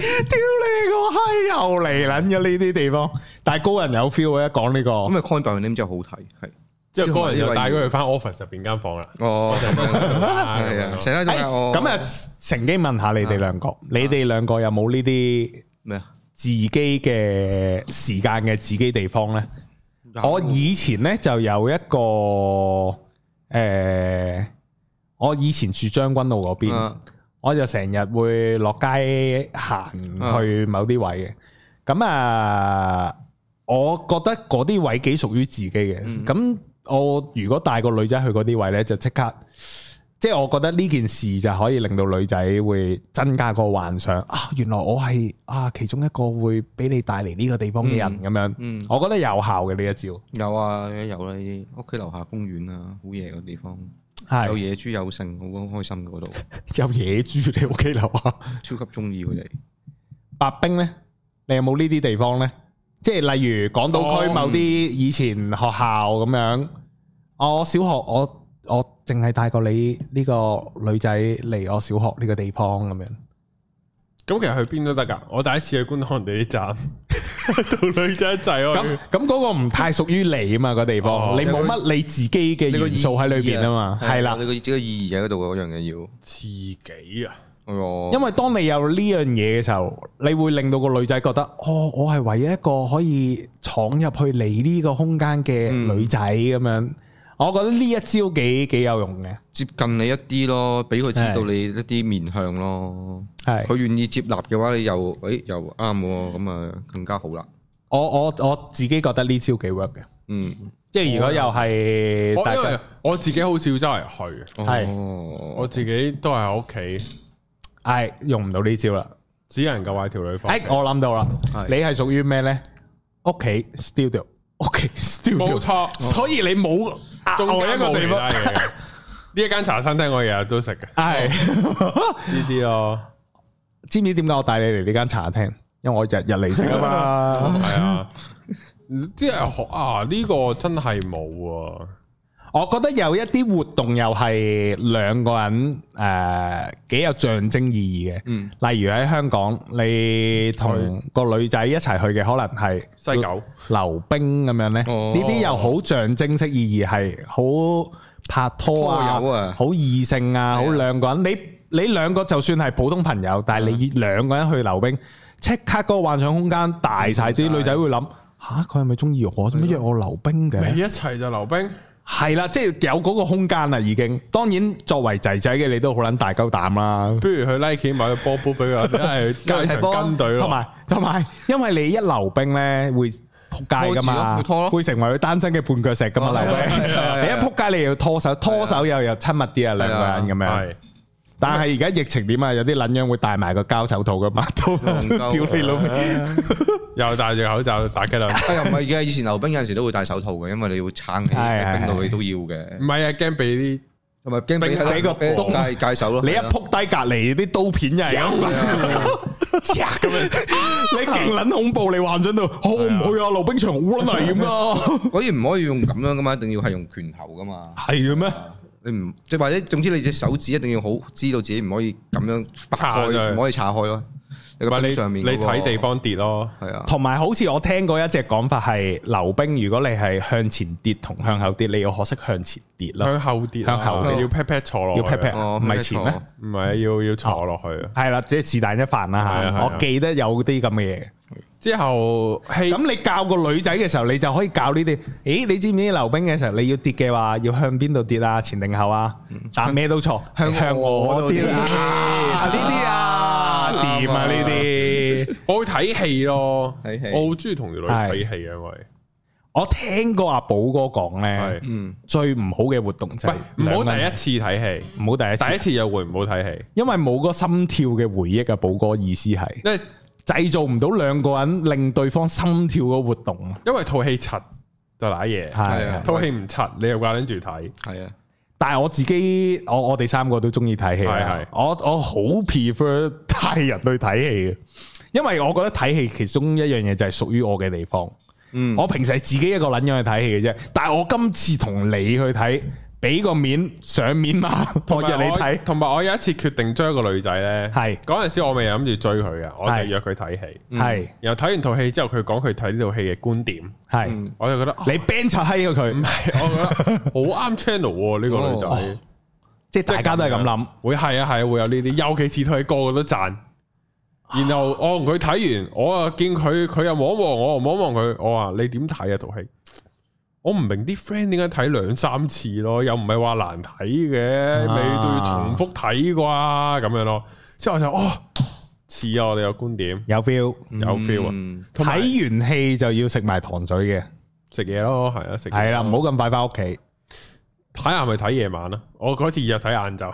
[SPEAKER 3] 屌你個閪又嚟撚嘅呢啲地方，但係高人有 feel 嘅，一講呢
[SPEAKER 2] 咁啊
[SPEAKER 3] 個
[SPEAKER 2] 咪 Call Me by Your Name 真係好睇，係
[SPEAKER 1] 之後嗰人就帶佢去翻 office 入邊間房啦。
[SPEAKER 2] 哦，係
[SPEAKER 1] 係
[SPEAKER 2] 啊，成日都係我
[SPEAKER 3] 咁啊，乘機問下你哋兩個，你哋兩個有冇呢啲
[SPEAKER 2] 咩啊？
[SPEAKER 3] 自己嘅時間嘅自己地方呢？我以前呢就有一個诶、呃我以前住將軍澳嗰邊。
[SPEAKER 2] 啊
[SPEAKER 3] 我就成日會落街行
[SPEAKER 2] 啊
[SPEAKER 3] 去某啲位嘅。咁啊，我覺得嗰啲位幾屬於自己
[SPEAKER 2] 嗯
[SPEAKER 3] 嘅。咁、我如果帶個女仔去嗰啲位呢，就即刻，即係我覺得呢件事就可以令到女仔會增加個幻想啊！原來我係啊其中一個會俾你帶嚟呢個地方嘅人咁樣。
[SPEAKER 2] 嗯
[SPEAKER 3] 我覺得有效嘅呢一招，
[SPEAKER 2] 有啊，有啦呢啲屋企樓下公園啊，好夜嘅地方，有
[SPEAKER 3] 係
[SPEAKER 2] 野豬有剩，好開心嗰
[SPEAKER 3] [laughs]
[SPEAKER 2] 度，
[SPEAKER 3] 有野豬你屋企樓下。
[SPEAKER 2] 超級中意佢哋。
[SPEAKER 3] 白冰呢，你有冇呢啲地方呢？即係例如港島區
[SPEAKER 1] 哦
[SPEAKER 3] 某啲以前學校咁樣，哦我小學我我淨係帶過你呢個女仔嚟我小學呢個地方咁樣，
[SPEAKER 1] 咁其實去邊都得㗎。我第一次去觀塘地鐵站， [laughs] 同女仔一齊我
[SPEAKER 3] 咁咁嗰個唔太屬於你啊嘛個地方，
[SPEAKER 1] 哦
[SPEAKER 3] 你冇乜你自己嘅
[SPEAKER 2] 你個
[SPEAKER 3] 元素喺裏邊啊嘛，
[SPEAKER 2] 意義
[SPEAKER 3] 係啦
[SPEAKER 2] 你，個自己嘅意義喺嗰度嗰樣嘢要。
[SPEAKER 1] 自己啊，
[SPEAKER 2] 哎呦
[SPEAKER 3] 因為當你有呢樣嘢嘅時候，你會令到個女仔覺得，哦，我係唯一一個可以闖入去你呢個空間嘅
[SPEAKER 1] 嗯
[SPEAKER 3] 女仔咁樣。我覺得呢一招幾幾有用嘅，
[SPEAKER 2] 接近你一啲咯，俾佢知道你一啲面向咯。佢
[SPEAKER 3] 係
[SPEAKER 2] 願意接納嘅話，你又誒又啱喎，咁啊更加好啦。
[SPEAKER 3] 我我我自己覺得呢招幾 work 嘅，
[SPEAKER 2] 嗯，
[SPEAKER 3] 即係如果又係
[SPEAKER 1] 我
[SPEAKER 3] 大
[SPEAKER 1] 因
[SPEAKER 3] 家
[SPEAKER 1] 為我自己好少周圍去，
[SPEAKER 3] 係
[SPEAKER 2] 哦
[SPEAKER 1] 我自己都係喺屋企，
[SPEAKER 3] 係用唔到呢招啦。
[SPEAKER 1] 只能夠話條女房
[SPEAKER 3] 哎，。我諗到啦，
[SPEAKER 2] 係
[SPEAKER 3] 你係屬於咩呢？屋企 studio，屋企 studio，
[SPEAKER 1] 冇，錯
[SPEAKER 3] 所以你冇
[SPEAKER 1] 中
[SPEAKER 3] 啊我
[SPEAKER 1] 間
[SPEAKER 3] 一個
[SPEAKER 1] 冇
[SPEAKER 3] 地
[SPEAKER 1] 其
[SPEAKER 3] 方
[SPEAKER 1] 他嘢嘅。呢一間茶餐廳我日日都食嘅
[SPEAKER 3] 係。
[SPEAKER 1] 呢啲咯，
[SPEAKER 3] 知唔知點解我帶你嚟呢間茶餐廳？因為我日日嚟食啊
[SPEAKER 1] [laughs]
[SPEAKER 3] 嘛。
[SPEAKER 1] 係啊，啲人學啊呢個真係冇喎，
[SPEAKER 3] 我覺得有一啲活動又係兩個人诶、呃、几有象徵意義嘅。
[SPEAKER 2] 嗯
[SPEAKER 3] 例如喺香港，你同個女仔一齊去嘅，可能係
[SPEAKER 1] 西九
[SPEAKER 3] 溜冰咁樣呢。呢
[SPEAKER 2] 哦
[SPEAKER 3] 啲又好象徵式意義，係好拍拖啊
[SPEAKER 2] 拖友啊，
[SPEAKER 3] 好異性啊，好
[SPEAKER 2] 係啊
[SPEAKER 3] 兩個人。你你兩個就算係普通朋友，但係
[SPEAKER 2] 嗯
[SPEAKER 3] 你兩個人去溜冰，即刻嗰個幻想空間大晒，啲女仔會
[SPEAKER 2] 啊
[SPEAKER 3] 諗吓，佢係咪中意我？做乜約我溜冰嘅？
[SPEAKER 1] 你一齊就溜冰，
[SPEAKER 3] 系啦，即係有嗰個空間啦，已經。當然，作為仔仔嘅你都好撚大鳩膽啦。
[SPEAKER 1] 不如去 Nike 買個波波俾佢，或者係街
[SPEAKER 2] 踢波
[SPEAKER 1] 場跟隊
[SPEAKER 3] 同
[SPEAKER 1] 咯。
[SPEAKER 3] 埋同埋，因為你一溜冰咧會扑街噶嘛，
[SPEAKER 2] 會拖咯
[SPEAKER 3] 會成為佢單身嘅絆腳石噶嘛，
[SPEAKER 2] 哦
[SPEAKER 3] 溜冰。
[SPEAKER 2] 係啊係啊
[SPEAKER 3] 你一扑街，你又要拖手，拖手又又親密啲
[SPEAKER 2] 係
[SPEAKER 3] 啊，
[SPEAKER 2] 啊
[SPEAKER 3] 兩個人咁樣。
[SPEAKER 1] 係
[SPEAKER 3] 但係而家疫情點啊？有啲撚樣會戴埋個膠手套噶嘛，
[SPEAKER 1] [laughs]
[SPEAKER 3] 都
[SPEAKER 2] 鳩
[SPEAKER 3] 都屌你老味。
[SPEAKER 1] 又戴住口罩打機啦。
[SPEAKER 2] 啊又唔係嘅，以前溜冰有陣時都會戴手套嘅，因為你要撐起
[SPEAKER 3] 係係
[SPEAKER 2] 冰度，你都要嘅
[SPEAKER 1] 唔。係啊，驚俾啲
[SPEAKER 2] 同埋驚
[SPEAKER 3] 俾個
[SPEAKER 2] 俾俾
[SPEAKER 3] 洞
[SPEAKER 2] 戒戒手咯。
[SPEAKER 3] 你一
[SPEAKER 2] 係啦
[SPEAKER 3] 扑低隔離啲刀片就係啊咁，咁樣 [laughs] 你勁撚恐怖，你幻想到哦我唔去啊，溜冰場好撚危
[SPEAKER 1] [laughs]
[SPEAKER 3] 險噶。
[SPEAKER 2] 嗰啲唔可以用咁樣噶嘛，一定要係用拳頭噶嘛。
[SPEAKER 3] 系嘅咩？
[SPEAKER 2] 你唔即係或者總之你隻手指一定要好知道自己唔可以咁樣
[SPEAKER 1] 叉
[SPEAKER 2] 發
[SPEAKER 1] 咗
[SPEAKER 2] 開，
[SPEAKER 1] 佢
[SPEAKER 2] 唔可以岔開咯。你
[SPEAKER 1] 唔
[SPEAKER 2] 個
[SPEAKER 1] 係
[SPEAKER 2] 冰上
[SPEAKER 1] 你
[SPEAKER 2] 面
[SPEAKER 1] 你
[SPEAKER 2] 嗰個
[SPEAKER 1] 睇地方跌咯，
[SPEAKER 2] 係啊，
[SPEAKER 3] 同埋好似我聽過一隻講法係溜冰，如果你係向前跌同向後跌，你要學識向前跌咯，
[SPEAKER 1] 向後跌啊，
[SPEAKER 3] 向後
[SPEAKER 1] 你要 pat pat 坐落去
[SPEAKER 3] 要
[SPEAKER 1] 啊，
[SPEAKER 3] pat pat，
[SPEAKER 2] 哦
[SPEAKER 3] 唔係前咩？
[SPEAKER 1] 唔係要要坐落去啊。
[SPEAKER 3] 係啦，即係是但一犯啦
[SPEAKER 1] 係啊係
[SPEAKER 3] 吓。
[SPEAKER 1] 啊
[SPEAKER 3] 我記得有啲咁嘅
[SPEAKER 1] 之後
[SPEAKER 3] 嘢。
[SPEAKER 1] 希
[SPEAKER 3] 咁你教個女仔嘅時候，你就可以教呢啲。咦，你知唔知溜冰嘅時候你要跌嘅話，要向邊度跌啊？前定後啊？但咩都錯，
[SPEAKER 2] 向
[SPEAKER 3] [laughs] 向我跌
[SPEAKER 2] 我
[SPEAKER 3] 啊！呢啲啊，掂啊呢 [laughs] 啲。
[SPEAKER 1] 我會睇戲咯，
[SPEAKER 2] 睇戲
[SPEAKER 1] 我好中意同條女睇戲，啊因為
[SPEAKER 3] 我聽過阿寶哥講
[SPEAKER 1] 係
[SPEAKER 3] 咧，
[SPEAKER 2] 嗯，
[SPEAKER 3] 最唔好嘅活動就係
[SPEAKER 1] 唔好
[SPEAKER 3] 嗯兩個
[SPEAKER 1] 第
[SPEAKER 3] 人
[SPEAKER 1] 一次睇戲，
[SPEAKER 3] 唔好第一次
[SPEAKER 1] 第一次又會唔好睇戲，
[SPEAKER 3] 因為冇個心跳嘅回憶啊，寶哥意思係
[SPEAKER 1] 因為
[SPEAKER 3] 製造唔到兩個人令對方心跳嘅活動啊。
[SPEAKER 1] 因為套戲柒就濑嘢，
[SPEAKER 3] 係
[SPEAKER 2] 啊
[SPEAKER 1] 套戲唔柒你又掛拎住睇，
[SPEAKER 2] 系啊，
[SPEAKER 3] 但係我自己，我我哋三個都中意睇戲啦
[SPEAKER 1] 係係
[SPEAKER 3] 我我好 prefer [laughs] 帶人去睇戲嘅，因為我覺得睇戲其中一樣嘢就係屬於我嘅地方。
[SPEAKER 2] 嗯，
[SPEAKER 3] 我平時係自己一個撚樣去睇戲嘅啫，但係我今次同你去睇，俾個面上面嘛，我約你睇，
[SPEAKER 1] 同埋我有一次決定追一個女仔咧，
[SPEAKER 3] 係
[SPEAKER 1] 嗰阵时我未有諗住追佢啊嘅，我
[SPEAKER 3] 係
[SPEAKER 1] 就約佢睇戲。
[SPEAKER 3] 係
[SPEAKER 1] 然後睇完套戲之後，佢講佢睇呢套戲嘅觀點，
[SPEAKER 3] 係，
[SPEAKER 2] 嗯
[SPEAKER 1] 我就覺得啊
[SPEAKER 3] 你 ban 柒閪咗
[SPEAKER 1] 唔
[SPEAKER 3] 佢，
[SPEAKER 1] 係，我覺得好啱 channel 喎呢個女仔
[SPEAKER 2] 哦，
[SPEAKER 3] 即
[SPEAKER 1] 即
[SPEAKER 3] 係大家都係咁諗，，
[SPEAKER 1] 會係啊係啊會有呢啲，尤其是套戲個個都讚。然
[SPEAKER 3] [sighs]
[SPEAKER 1] 後我同佢睇完，我啊見佢，佢又望一望我，我望一望佢，我話你點睇啊套戲？我唔明啲 friend 點解睇兩三次咯，又唔係話難睇
[SPEAKER 3] 啊
[SPEAKER 1] 嘅，你都要重複睇啩咁樣咯。之後我就哦，似啊，我哋有觀點，
[SPEAKER 3] 有 feel。
[SPEAKER 1] 有 feel 啊，
[SPEAKER 2] 啊，
[SPEAKER 1] 同埋
[SPEAKER 3] 嗯睇完戲就要食埋糖水嘅，
[SPEAKER 1] 食嘢咯，係啊，食嘢
[SPEAKER 3] 係啦，唔好咁快翻屋企。
[SPEAKER 1] 睇下係咪睇夜晚啊？我嗰次日睇晏晝，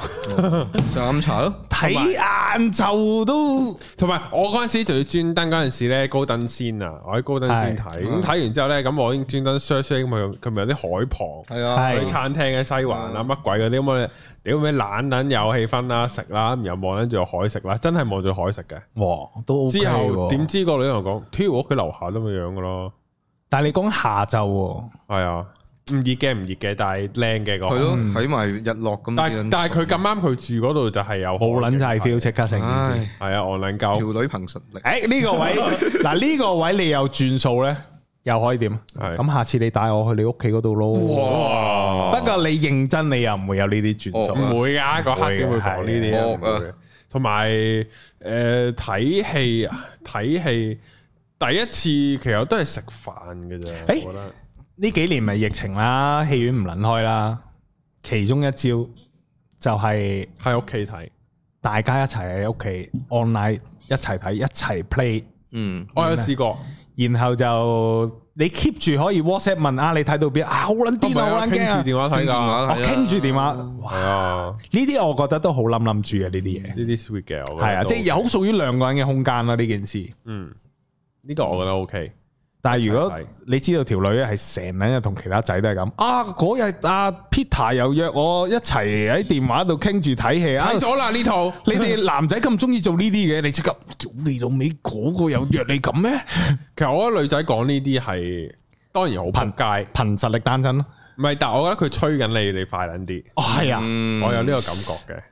[SPEAKER 2] 就飲茶咯，
[SPEAKER 3] 睇晏晝都
[SPEAKER 1] 同埋我嗰阵时就要專登嗰阵时咧高登先啊，我喺高登先睇，
[SPEAKER 2] 係
[SPEAKER 1] 咁睇完之後咧，咁我已經專登 search 佢佢咪有啲海旁。
[SPEAKER 2] 係啊，
[SPEAKER 1] 去餐廳嘅西環
[SPEAKER 3] 嗯
[SPEAKER 1] 啊，乜鬼嗰啲咁啊，屌咩懶撚有氣氛啦，食啦，又望撚住個海食啦，真係望住海食嘅。
[SPEAKER 3] 哇都 OK
[SPEAKER 1] 之後
[SPEAKER 3] 喎。
[SPEAKER 1] 點知個女同我講，挑我屋企樓下都咁樣噶咯，
[SPEAKER 3] 但係你講下晝喎，
[SPEAKER 1] 係啊，唔熱嘅唔熱嘅，但係靚嘅
[SPEAKER 2] 係
[SPEAKER 1] 個。
[SPEAKER 2] 咯，睇埋日落咁，
[SPEAKER 1] 但
[SPEAKER 2] 幾撚
[SPEAKER 1] 係但係佢
[SPEAKER 2] 爽
[SPEAKER 1] 咁啱佢住嗰度就係有
[SPEAKER 3] 冇撚晒 feel，即刻成件事。
[SPEAKER 2] 唉，
[SPEAKER 1] 係啊，我撚
[SPEAKER 2] 條
[SPEAKER 1] 鳩
[SPEAKER 2] 女憑實力，
[SPEAKER 3] 誒呢個 [laughs] 位嗱呢個位你又轉數咧，又可以點？
[SPEAKER 1] 係
[SPEAKER 3] 咁下次你帶我去你屋企嗰度咯。
[SPEAKER 1] 哇
[SPEAKER 3] 不過你認真，你又唔會有呢啲轉數。啊
[SPEAKER 2] 哦
[SPEAKER 1] 唔會噶，嗰刻點會講呢啲
[SPEAKER 2] 唔會嘅係啊
[SPEAKER 1] 啊唔會嘅？同埋誒睇戲啊，睇戲第一次其實都係食飯嘅啫。
[SPEAKER 3] 誒
[SPEAKER 1] 我覺得
[SPEAKER 3] 呢幾年咪疫情啦，戲院唔撚開啦，其中一招就係
[SPEAKER 1] 喺屋企睇，
[SPEAKER 3] 大家一齊喺屋企 online 一齊睇一齊 play，
[SPEAKER 2] 嗯，
[SPEAKER 1] 我有試過，
[SPEAKER 3] 然後就你 keep 住可以 WhatsApp 問啊，你睇到邊啊？好撚
[SPEAKER 1] 我唔
[SPEAKER 3] 癲啊，
[SPEAKER 1] 係
[SPEAKER 3] 好
[SPEAKER 1] 啊
[SPEAKER 3] 撚驚
[SPEAKER 1] 傾
[SPEAKER 3] 啊
[SPEAKER 1] 住！電話睇㗎，
[SPEAKER 3] 我
[SPEAKER 2] 係啊
[SPEAKER 3] 傾住電話，
[SPEAKER 1] 係啊，
[SPEAKER 3] 呢啲我覺得都好冧冧住嘅呢啲嘢，
[SPEAKER 1] 呢啲 sweet 嘅，我覺得
[SPEAKER 3] 係啊，
[SPEAKER 1] 都
[SPEAKER 3] 即係又好屬於兩個人嘅空間啦呢件事。
[SPEAKER 1] 嗯，呢個我覺得 OK，
[SPEAKER 3] 但係如果
[SPEAKER 1] 一齊睇
[SPEAKER 3] 你知道條女係成日同其他仔都係咁啊，嗰日阿 Peter 又約我一齊喺電話度傾住睇戲啊
[SPEAKER 1] 睇。咗啦呢套。
[SPEAKER 3] 你哋男仔咁中意做呢啲嘅，你即刻屌你老尾嗰個有約你咁咩？
[SPEAKER 1] 其實我覺得女仔講呢啲係當然好撲街，
[SPEAKER 3] 憑實力單身咯。
[SPEAKER 1] 唔係，但係我覺得佢吹緊你，你快撚啲。
[SPEAKER 3] 哦，係啊，
[SPEAKER 2] 嗯，
[SPEAKER 1] 我有呢個感覺嘅，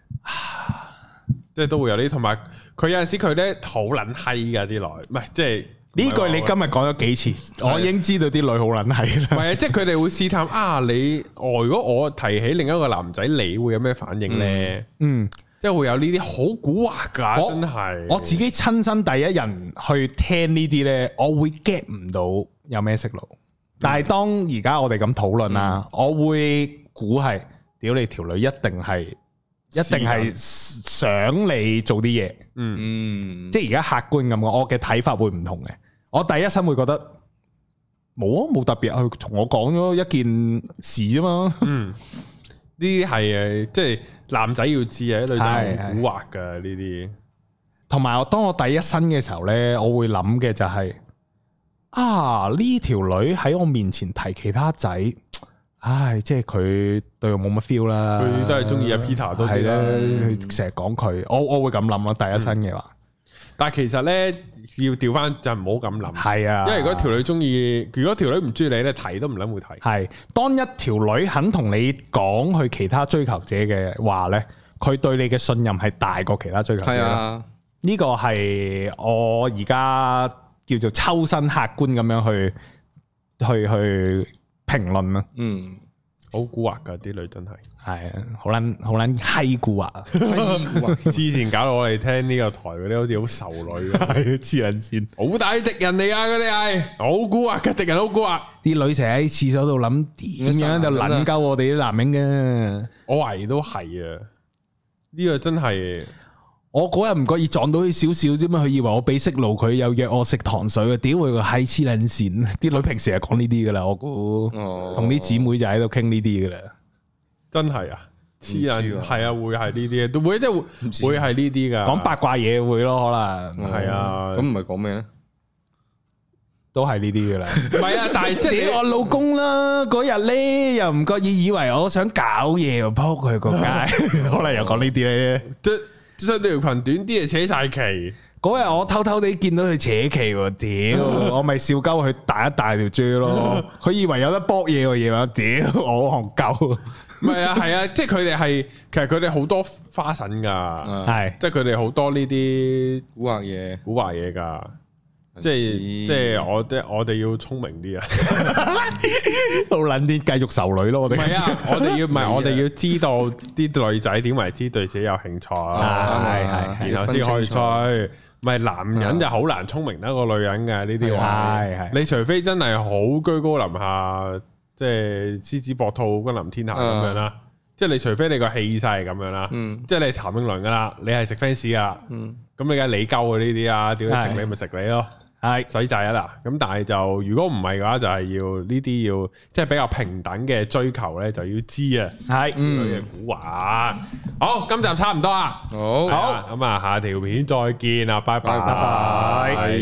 [SPEAKER 1] 即係都會有啲，同埋佢有阵时佢咧好撚閪噶啲女，唔係即係
[SPEAKER 3] 呢句你
[SPEAKER 1] 唔係話
[SPEAKER 3] 今日講咗幾次，我已經知道啲女好撚係
[SPEAKER 1] 唔
[SPEAKER 3] 啦。
[SPEAKER 1] 係啊，即係佢哋會試探啊，你我如果我提起另一個男仔，你會有咩反應咧？
[SPEAKER 3] 嗯，
[SPEAKER 1] 即係會有呢啲好蠱惑㗎，
[SPEAKER 3] 我
[SPEAKER 1] 真係
[SPEAKER 3] 我自己親身第一人去聽呢啲呢，我會 get 唔到有咩息路。但係當而家我哋咁討論啦，我會估係屌你條女一定係一定係想你做啲嘢。
[SPEAKER 1] 嗯
[SPEAKER 2] 嗯，
[SPEAKER 3] 即係而家客觀咁講，我嘅睇法會唔同嘅。我第一身會覺得冇啊，冇特別，佢同我講咗一件事啫嘛。
[SPEAKER 1] 嗯，呢啲係诶，即係男仔要知啊，女仔好
[SPEAKER 3] 係係
[SPEAKER 1] 蠱惑㗎呢啲，
[SPEAKER 3] 同埋我當我第一身嘅時候呢，我會諗嘅就係、啊呢條女喺我面前提其他仔，唉，即係佢對我冇乜 feel 啦。
[SPEAKER 1] 佢都係中意阿 Peter 多
[SPEAKER 3] 係
[SPEAKER 1] 啲
[SPEAKER 3] 啦，
[SPEAKER 1] 啦。
[SPEAKER 3] 佢成日講佢，我我會咁諗咯。第一身嘅話
[SPEAKER 1] 但係其實咧要調翻就唔好咁嗯諗。
[SPEAKER 3] 係啊，
[SPEAKER 1] 因為如果條女中意，如果條女唔中意你咧，睇都唔諗會睇。
[SPEAKER 3] 系当一條女肯同你講佢其他追求者嘅話呢佢對你嘅信任係大過其他追求者
[SPEAKER 2] 係
[SPEAKER 3] 咯。
[SPEAKER 2] 啊，
[SPEAKER 3] 呢個係我而家叫做抽身客觀咁樣去去去评论啦。
[SPEAKER 1] [laughs]
[SPEAKER 2] 嗯，
[SPEAKER 1] 好蠱惑噶啲女真係，
[SPEAKER 3] 系啊，好撚好撚閪固啊，
[SPEAKER 1] [laughs] 之前搞到我哋聽呢個台嗰啲好似好仇女咁，
[SPEAKER 3] 黐撚線！
[SPEAKER 1] 好大啲敵人嚟啊！嗰啲係好蠱惑嘅敵人，好蠱惑。
[SPEAKER 3] 啲女成日喺廁所度諗點樣啊就撚鳩我哋啲男人嘅。
[SPEAKER 1] 我懷疑都係啊，呢個真係
[SPEAKER 3] 我嗰日唔覺意撞到佢少少啫嘛，佢以為我俾息路佢，又約我食糖水啊！屌佢個閪黐撚線， [laughs] 啲女平時係講呢啲噶啦，我估
[SPEAKER 2] 哦
[SPEAKER 3] 同啲姊妹就喺度傾呢啲噶啦。
[SPEAKER 1] 真係啊！黐人
[SPEAKER 2] 唔知啊
[SPEAKER 1] 係啊，會係呢啲，都會即係會
[SPEAKER 2] 知
[SPEAKER 1] 會係呢啲噶。
[SPEAKER 3] 講八卦嘢會咯，可能
[SPEAKER 1] 係啊
[SPEAKER 2] 咁唔係講咩咧？
[SPEAKER 3] 都係呢啲噶啦。
[SPEAKER 1] 唔係啊，但 [laughs] 係即係
[SPEAKER 3] 屌我老公啦，嗰日咧又唔覺意以為我想搞嘢，又扑佢個街，可能又講呢啲咧。
[SPEAKER 1] 你即係條裙短啲就扯晒旗。
[SPEAKER 3] 嗰日我偷偷地見到佢扯旗喎，屌！我咪笑鳩佢大一大條啫咯，佢以為有得搏嘢喎夜晚，屌我戇鳩，
[SPEAKER 1] 唔 [laughs] 係啊，係啊，即係佢哋係，其實佢哋好多花神噶，
[SPEAKER 2] 啊
[SPEAKER 3] 係
[SPEAKER 1] 即係佢哋好多呢啲
[SPEAKER 2] 古惑嘢，
[SPEAKER 1] 古惑嘢噶，即係即係我即係我哋要聰明啲啊，
[SPEAKER 3] 好撚啲，繼續仇女咯，我
[SPEAKER 1] 唔
[SPEAKER 3] 哋
[SPEAKER 1] 係啊，我哋要唔係我哋要知道啲女仔點為之對自己有興趣，
[SPEAKER 3] 啊
[SPEAKER 1] 啊
[SPEAKER 3] 係係
[SPEAKER 1] 然後先可以追。唔係男人就好難聰明得過女人嘅呢啲話，
[SPEAKER 3] 係係
[SPEAKER 1] 你除非真係好居高臨下，即係獅子搏兔君臨天下咁樣
[SPEAKER 3] 啊
[SPEAKER 1] 啦。即係你除非你個氣勢係咁樣啦，
[SPEAKER 2] 嗯
[SPEAKER 1] 即係你係譚詠麟噶啦，你係食 fans 噶啦，
[SPEAKER 2] 嗯
[SPEAKER 1] 咁你梗係你鳩佢呢啲啊，屌你食
[SPEAKER 3] 係
[SPEAKER 1] 你咪食你咯，
[SPEAKER 3] 係
[SPEAKER 1] 使制啊啦。咁但係就如果唔係嘅話，就係要呢啲要即係比較平等嘅追求咧，就要知啊
[SPEAKER 3] 係
[SPEAKER 1] 佢嘅古話。好，今集差唔多啦。啊
[SPEAKER 2] 好
[SPEAKER 1] 好，咁啊，下條片再見啦，拜拜，
[SPEAKER 2] 拜拜。